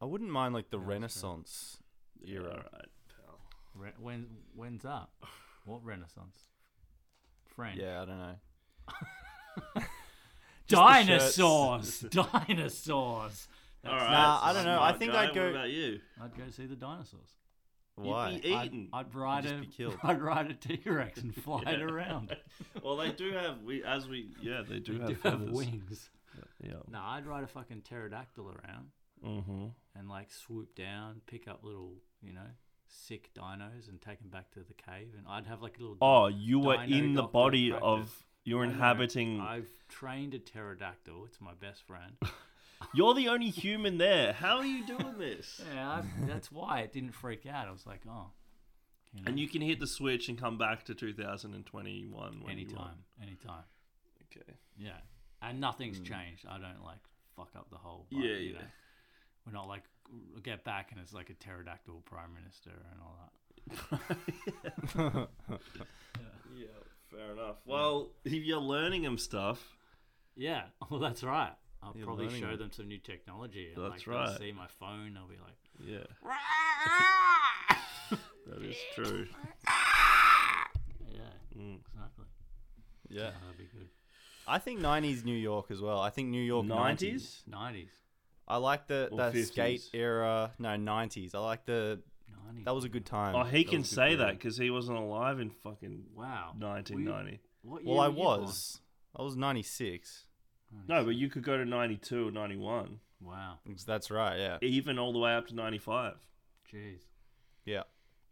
Speaker 2: I wouldn't mind like the
Speaker 3: Yeah, that's right.
Speaker 2: Renaissance
Speaker 6: Yeah,
Speaker 2: era.
Speaker 6: right, pal.
Speaker 3: Re- when when's that? What Renaissance? French.
Speaker 2: Yeah, I don't know. Just the shirts.
Speaker 3: Dinosaurs. dinosaurs.
Speaker 6: All right.
Speaker 2: Nah, I don't know. I
Speaker 6: smart
Speaker 2: think
Speaker 6: guy.
Speaker 2: I'd go-
Speaker 6: What about you?
Speaker 3: I'd go see the dinosaurs.
Speaker 2: Why?
Speaker 6: You'd be eaten.
Speaker 3: I'd ride
Speaker 2: Just
Speaker 3: a
Speaker 2: be killed.
Speaker 3: I'd ride a T Rex and fly it
Speaker 6: Yeah.
Speaker 3: around.
Speaker 6: well, they do have we as we yeah they do
Speaker 3: You
Speaker 6: have
Speaker 3: do have
Speaker 6: feathers.
Speaker 3: wings.
Speaker 6: Yeah.
Speaker 3: No, I'd ride a fucking pterodactyl around
Speaker 6: Mm-hmm.
Speaker 3: and like swoop down, pick up little, you know, sick dinos and take them back to the cave. And I'd have like a little.
Speaker 6: Oh, you were
Speaker 3: Dino
Speaker 6: in the
Speaker 3: doctor
Speaker 6: body
Speaker 3: practice.
Speaker 6: of you're
Speaker 3: I know.
Speaker 6: inhabiting.
Speaker 3: I've trained a pterodactyl. It's my best friend.
Speaker 6: You're the only human there. How are you doing this?
Speaker 3: Yeah, I, that's why it didn't freak out. I was like, oh, you know,
Speaker 6: And you can hit the switch and come back to 2021 when you want.
Speaker 3: anytime, anytime.
Speaker 6: Okay.
Speaker 3: Yeah, and nothing's changed. I don't like fuck up the whole.
Speaker 6: Yeah,
Speaker 3: you
Speaker 6: yeah.
Speaker 3: know, we're not like we'll get back and it's like a pterodactyl prime minister and all that.
Speaker 6: Yeah, fair enough. Well, if you're learning him stuff,
Speaker 3: Yeah, well that's right. I'll
Speaker 2: You're
Speaker 3: probably
Speaker 2: learning
Speaker 3: show
Speaker 2: it.
Speaker 3: them some new technology. And
Speaker 6: That's
Speaker 3: like, they'll
Speaker 6: right.
Speaker 3: See my phone, they'll be like,
Speaker 6: yeah, that is true.
Speaker 3: yeah,
Speaker 6: Mm.
Speaker 3: exactly.
Speaker 2: Yeah.
Speaker 3: that'd be good.
Speaker 2: I think 90s New York as well. I think New York 90s.
Speaker 6: 90s?
Speaker 3: Nineties,
Speaker 2: I like the,
Speaker 6: Or
Speaker 2: the skate
Speaker 6: 50s.
Speaker 2: era. No, 90s. I like the.
Speaker 3: nineties.
Speaker 2: That was a good time.
Speaker 6: Oh, he
Speaker 2: That
Speaker 6: can
Speaker 2: was a good
Speaker 6: say that
Speaker 2: period.
Speaker 6: because he wasn't alive in fucking
Speaker 3: wow.
Speaker 6: 1990.
Speaker 3: Were you- what
Speaker 2: Well,
Speaker 3: year
Speaker 2: I
Speaker 3: were you born?
Speaker 2: was. I was 96.
Speaker 6: No, but you could go to 92 or 91,
Speaker 3: Wow.
Speaker 2: That's right. Yeah.
Speaker 6: even all the way up to 95.
Speaker 3: Jeez.
Speaker 2: Yeah.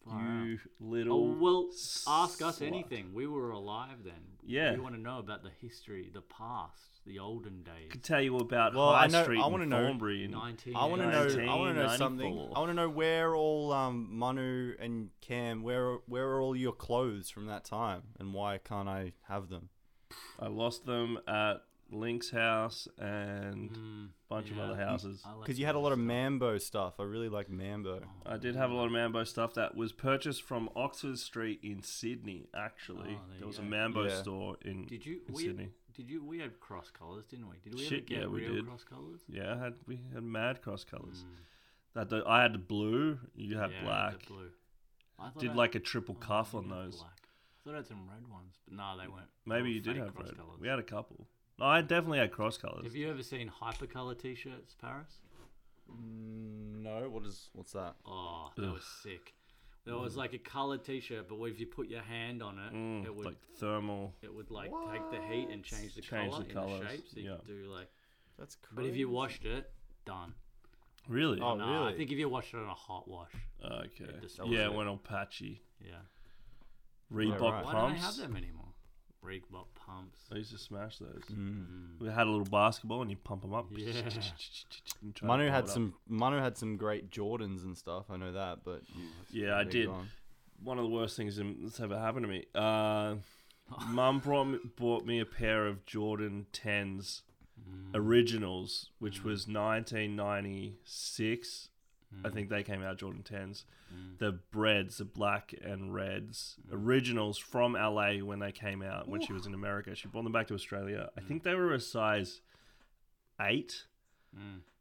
Speaker 3: Wow.
Speaker 6: You little.
Speaker 3: Oh, well, ask us
Speaker 6: slut.
Speaker 3: anything. We were alive then.
Speaker 6: Yeah.
Speaker 3: We want to know about the history, the past, the olden days.
Speaker 6: Could tell you about
Speaker 2: Well,
Speaker 6: High
Speaker 2: I know-
Speaker 6: Street
Speaker 2: I
Speaker 6: in
Speaker 2: wanna know-
Speaker 6: Thornbury. and-
Speaker 3: 19.
Speaker 2: I want to know. I want to know
Speaker 6: 1994.
Speaker 2: something. I want to know where all um, Manu and Cam. Where where are all your clothes from that time, and why can't I have them?
Speaker 6: I lost them at Link's house and
Speaker 3: Hmm.
Speaker 6: a bunch
Speaker 3: yeah.
Speaker 6: of other houses.
Speaker 2: Because you had a lot of Mambo stuff. I really like Mambo.
Speaker 6: I did have a lot of Mambo stuff that was purchased from Oxford Street in Sydney. Actually,
Speaker 3: Oh, there you
Speaker 6: there was a
Speaker 3: go.
Speaker 6: Mambo
Speaker 2: Yeah.
Speaker 6: store in,
Speaker 3: Did you?
Speaker 6: in
Speaker 3: We,
Speaker 6: Sydney.
Speaker 3: Did you? We had cross colors, didn't we? Did we ever
Speaker 6: Shit,
Speaker 3: get
Speaker 6: yeah, we
Speaker 3: real
Speaker 6: did.
Speaker 3: cross colors?
Speaker 6: Yeah, I had we had mad cross colors. That the, I had blue. You had
Speaker 3: Hmm. yeah,
Speaker 6: black.
Speaker 3: The blue. I thought
Speaker 6: Did
Speaker 3: I-
Speaker 6: like a triple
Speaker 3: I
Speaker 6: cuff
Speaker 3: think
Speaker 6: on
Speaker 3: I had
Speaker 6: those.
Speaker 3: Black. I thought I had some red ones, but no, they weren't. they
Speaker 6: Maybe
Speaker 3: were
Speaker 6: you did
Speaker 3: fake
Speaker 6: have
Speaker 3: cross
Speaker 6: red.
Speaker 3: colours.
Speaker 6: We had a couple. No, I definitely had cross colors.
Speaker 3: Have you ever seen hypercolor t-shirts, Paris?
Speaker 2: Mm, No, what is what's that?
Speaker 3: Oh, that was sick. There was like a colored t-shirt, but if you put your hand on it,
Speaker 6: Mm,
Speaker 3: it would
Speaker 6: like thermal.
Speaker 3: it would like take the heat and change the
Speaker 6: Change
Speaker 3: color
Speaker 6: the
Speaker 3: and
Speaker 6: colours,
Speaker 3: shape. So you
Speaker 6: yeah.
Speaker 3: could do like,
Speaker 2: That's crazy.
Speaker 3: but if you washed it, done.
Speaker 6: Really?
Speaker 2: Oh,
Speaker 3: Nah, I
Speaker 2: really?
Speaker 3: think if you washed it on a hot wash,
Speaker 6: okay.
Speaker 3: just
Speaker 6: Yeah,
Speaker 3: was
Speaker 6: it went all patchy.
Speaker 3: yeah.
Speaker 6: Reebok
Speaker 2: right.
Speaker 3: Why don't they have
Speaker 6: pumps.
Speaker 3: them anymore? Reebok pumps.
Speaker 6: I used to smash those.
Speaker 2: Hmm.
Speaker 6: We had a little basketball and you pump them up.
Speaker 3: Yeah.
Speaker 6: and try to
Speaker 2: Manu
Speaker 6: pull
Speaker 2: had
Speaker 6: it up.
Speaker 2: some Manu had some great Jordans and stuff. I know that, but
Speaker 6: Yeah, I
Speaker 2: they're
Speaker 6: did.
Speaker 2: gone.
Speaker 6: One of the worst things that's ever happened to me. Uh, Mum brought me, bought me a pair of Jordan 10s
Speaker 3: Mm.
Speaker 6: originals, which was 1996. I
Speaker 3: Mm.
Speaker 6: think they came out Jordan 10s. The breads, the black and reds,
Speaker 3: Mm.
Speaker 6: originals from LA when they came out when she was in
Speaker 3: Mm.
Speaker 6: America. She brought them back to Australia. I think they were a size 8.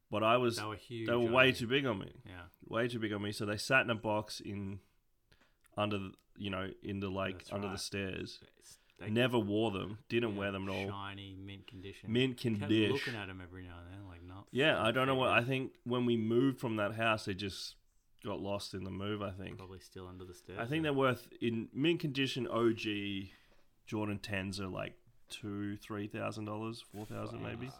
Speaker 6: But I was
Speaker 3: They were huge.
Speaker 6: they were
Speaker 3: aren't
Speaker 6: way too big on me,
Speaker 3: Mm, Yeah.
Speaker 6: way too big on me. So they sat in a box in under the, you know in the like
Speaker 3: That's
Speaker 6: under the
Speaker 3: right.
Speaker 6: stairs.
Speaker 3: It's- they-
Speaker 6: Never wore them. Didn't
Speaker 3: yeah,
Speaker 6: wear them at all.
Speaker 3: Shiny mint condition.
Speaker 6: Mint
Speaker 3: Kept
Speaker 6: condition.
Speaker 3: looking at them every now and then, like not.
Speaker 6: Yeah, I don't know what I think. When we moved from that house, they just got lost in the move. I think.
Speaker 3: Probably still under the stairs.
Speaker 6: I think they're worth in mint condition. OG Jordan tens are like two, three thousand dollars, four thousand maybe.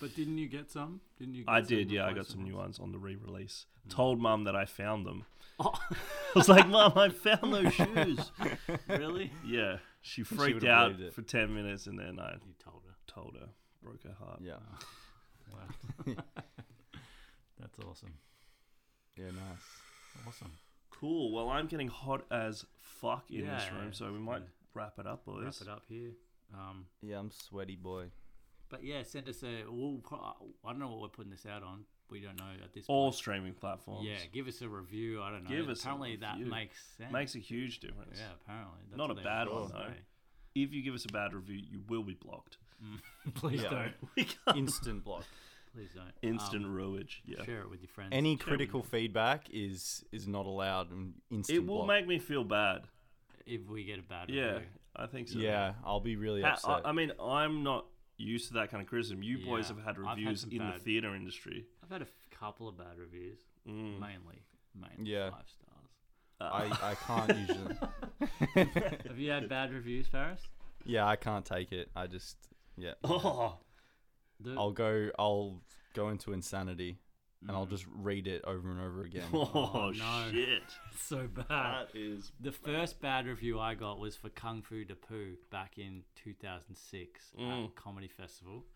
Speaker 3: But didn't you get some? Didn't you? Get
Speaker 6: I
Speaker 3: some
Speaker 6: did, yeah. I got some
Speaker 3: replacement
Speaker 6: new ones on the re-release.
Speaker 3: Mm.
Speaker 6: Told mum that I found them.
Speaker 3: ones?
Speaker 6: I was like, mum, I found those shoes.
Speaker 3: Oh, really?
Speaker 6: Yeah, she freaked
Speaker 2: would've
Speaker 6: out
Speaker 2: believed it.
Speaker 6: for ten minutes, and then I
Speaker 3: You told her.
Speaker 6: told her, broke her heart.
Speaker 2: Yeah.
Speaker 3: Wow. That's awesome.
Speaker 2: Yeah, nice.
Speaker 3: Awesome.
Speaker 6: Cool. Well, I'm getting hot as fuck in this
Speaker 3: Yeah,
Speaker 6: room,
Speaker 3: yeah,
Speaker 6: so we
Speaker 3: yeah.
Speaker 6: might wrap it up, boys.
Speaker 3: Wrap it up here. Um,
Speaker 2: Yeah, I'm sweaty boy.
Speaker 3: but yeah, send us a. We'll, pro- I don't know what we're putting this out on. We don't know at this
Speaker 6: All
Speaker 3: point.
Speaker 6: streaming platforms.
Speaker 3: Yeah, give us a review. I don't know.
Speaker 6: Give us a
Speaker 3: apparently that
Speaker 6: review.
Speaker 3: makes sense.
Speaker 6: makes a huge difference.
Speaker 3: yeah, apparently. That's
Speaker 6: Not
Speaker 3: what
Speaker 6: a
Speaker 3: they
Speaker 6: bad
Speaker 3: want us
Speaker 6: one,
Speaker 3: to
Speaker 6: though. If you give us a bad review, you will be blocked.
Speaker 3: say. Please
Speaker 2: Yeah.
Speaker 3: don't.
Speaker 6: We can't-
Speaker 2: Instant block.
Speaker 3: Please don't.
Speaker 6: Instant
Speaker 3: Um,
Speaker 6: ruage. Yeah.
Speaker 3: Share it with your friends.
Speaker 2: Any
Speaker 3: Share it with
Speaker 2: critical
Speaker 3: your-
Speaker 2: feedback is is not allowed. And instant
Speaker 6: It will
Speaker 2: block.
Speaker 6: make me feel bad.
Speaker 3: if we get a bad
Speaker 6: Yeah,
Speaker 3: review.
Speaker 6: I think so.
Speaker 2: Yeah, I'll be really
Speaker 6: Ha-
Speaker 2: upset.
Speaker 6: I, I mean, I'm not used to that kind of criticism. You boys
Speaker 3: Yeah,
Speaker 6: have had
Speaker 3: I've had
Speaker 6: reviews
Speaker 3: some
Speaker 6: in the
Speaker 3: bad-
Speaker 6: theater industry.
Speaker 3: I've had a f- couple of bad reviews,
Speaker 6: Mm.
Speaker 3: mainly, mainly
Speaker 2: Yeah.
Speaker 3: five stars.
Speaker 6: Uh,
Speaker 2: I, I can't usually.
Speaker 3: Have you had bad reviews, Faris?
Speaker 2: Yeah, I can't take it. I just yeah.
Speaker 6: oh,
Speaker 3: The-
Speaker 2: I'll go. I'll go into insanity, and I'll
Speaker 3: Mm.
Speaker 2: just read it over and over again.
Speaker 3: Oh, no.
Speaker 6: shit!
Speaker 3: so bad.
Speaker 6: That is
Speaker 3: The first bad review I got was for Kung Fu to Poo back in 2006 at
Speaker 6: Mm.
Speaker 3: Comedy Festival.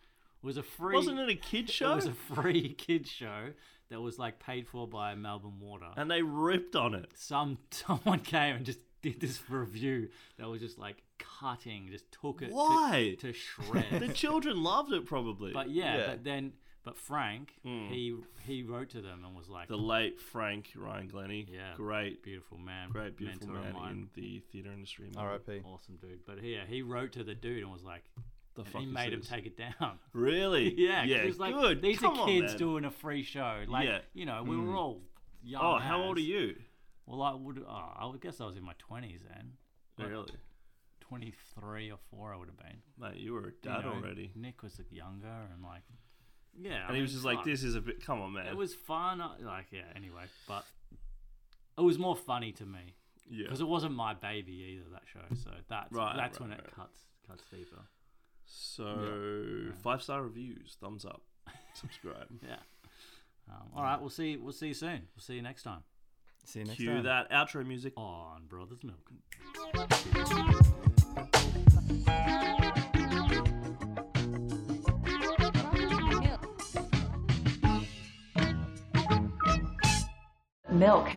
Speaker 3: It was a free
Speaker 6: wasn't it a kid show?
Speaker 3: It was a free kids show that was like paid for by Melbourne Water.
Speaker 6: and they ripped on it.
Speaker 3: Some someone came and just did this review that was just like cutting, just took it to-
Speaker 6: Why?
Speaker 3: to,
Speaker 6: The
Speaker 3: shreds.
Speaker 6: children loved it, probably.
Speaker 3: but yeah,
Speaker 2: Yeah.
Speaker 3: but then but Frank he he wrote to them and was like
Speaker 6: Mm. the late Frank Ryan Glennie,
Speaker 3: Yeah.
Speaker 6: great,
Speaker 3: beautiful man,
Speaker 6: great, beautiful
Speaker 3: mentor
Speaker 6: man
Speaker 3: of mine.
Speaker 6: in the theater industry. man.
Speaker 2: R.I.P.
Speaker 3: Awesome dude. But yeah, he wrote to the dude and was like,
Speaker 6: The
Speaker 3: and
Speaker 6: fuck
Speaker 3: he
Speaker 6: is
Speaker 3: made him
Speaker 6: this?
Speaker 3: take it down.
Speaker 6: Really?
Speaker 3: yeah, 'cause
Speaker 6: yeah.
Speaker 3: it was like,
Speaker 6: good.
Speaker 3: These
Speaker 6: Come
Speaker 3: are
Speaker 6: on,
Speaker 3: kids
Speaker 6: man.
Speaker 3: doing a free show. Like,
Speaker 6: Yeah. Hmm.
Speaker 3: you know, we were all young.
Speaker 6: Oh, how old are
Speaker 3: as-
Speaker 6: you?
Speaker 3: Well, I would. Oh, I would guess I was in my twenties then. Like,
Speaker 6: Really,
Speaker 3: Twenty-three or four, I would have been.
Speaker 6: mate, you were a
Speaker 3: You
Speaker 6: dad
Speaker 3: know,
Speaker 6: already.
Speaker 3: Nick was younger and like, yeah.
Speaker 6: And he was just like, "This is a bit. Come on, man."
Speaker 3: It was fun. I- Like, yeah. Anyway, but it was more funny to me
Speaker 6: yeah.
Speaker 3: because it wasn't my baby either. That show, so that's
Speaker 6: Right,
Speaker 3: that's
Speaker 6: right,
Speaker 3: when it
Speaker 6: right.
Speaker 3: cuts cuts deeper.
Speaker 6: So five star reviews, thumbs up, subscribe.
Speaker 3: Yeah. Um, all right, we'll see. We'll see you soon. We'll see you next time
Speaker 2: See you next
Speaker 6: Cue
Speaker 2: time.
Speaker 6: that outro music.
Speaker 3: on Brothers Milk.
Speaker 4: milk.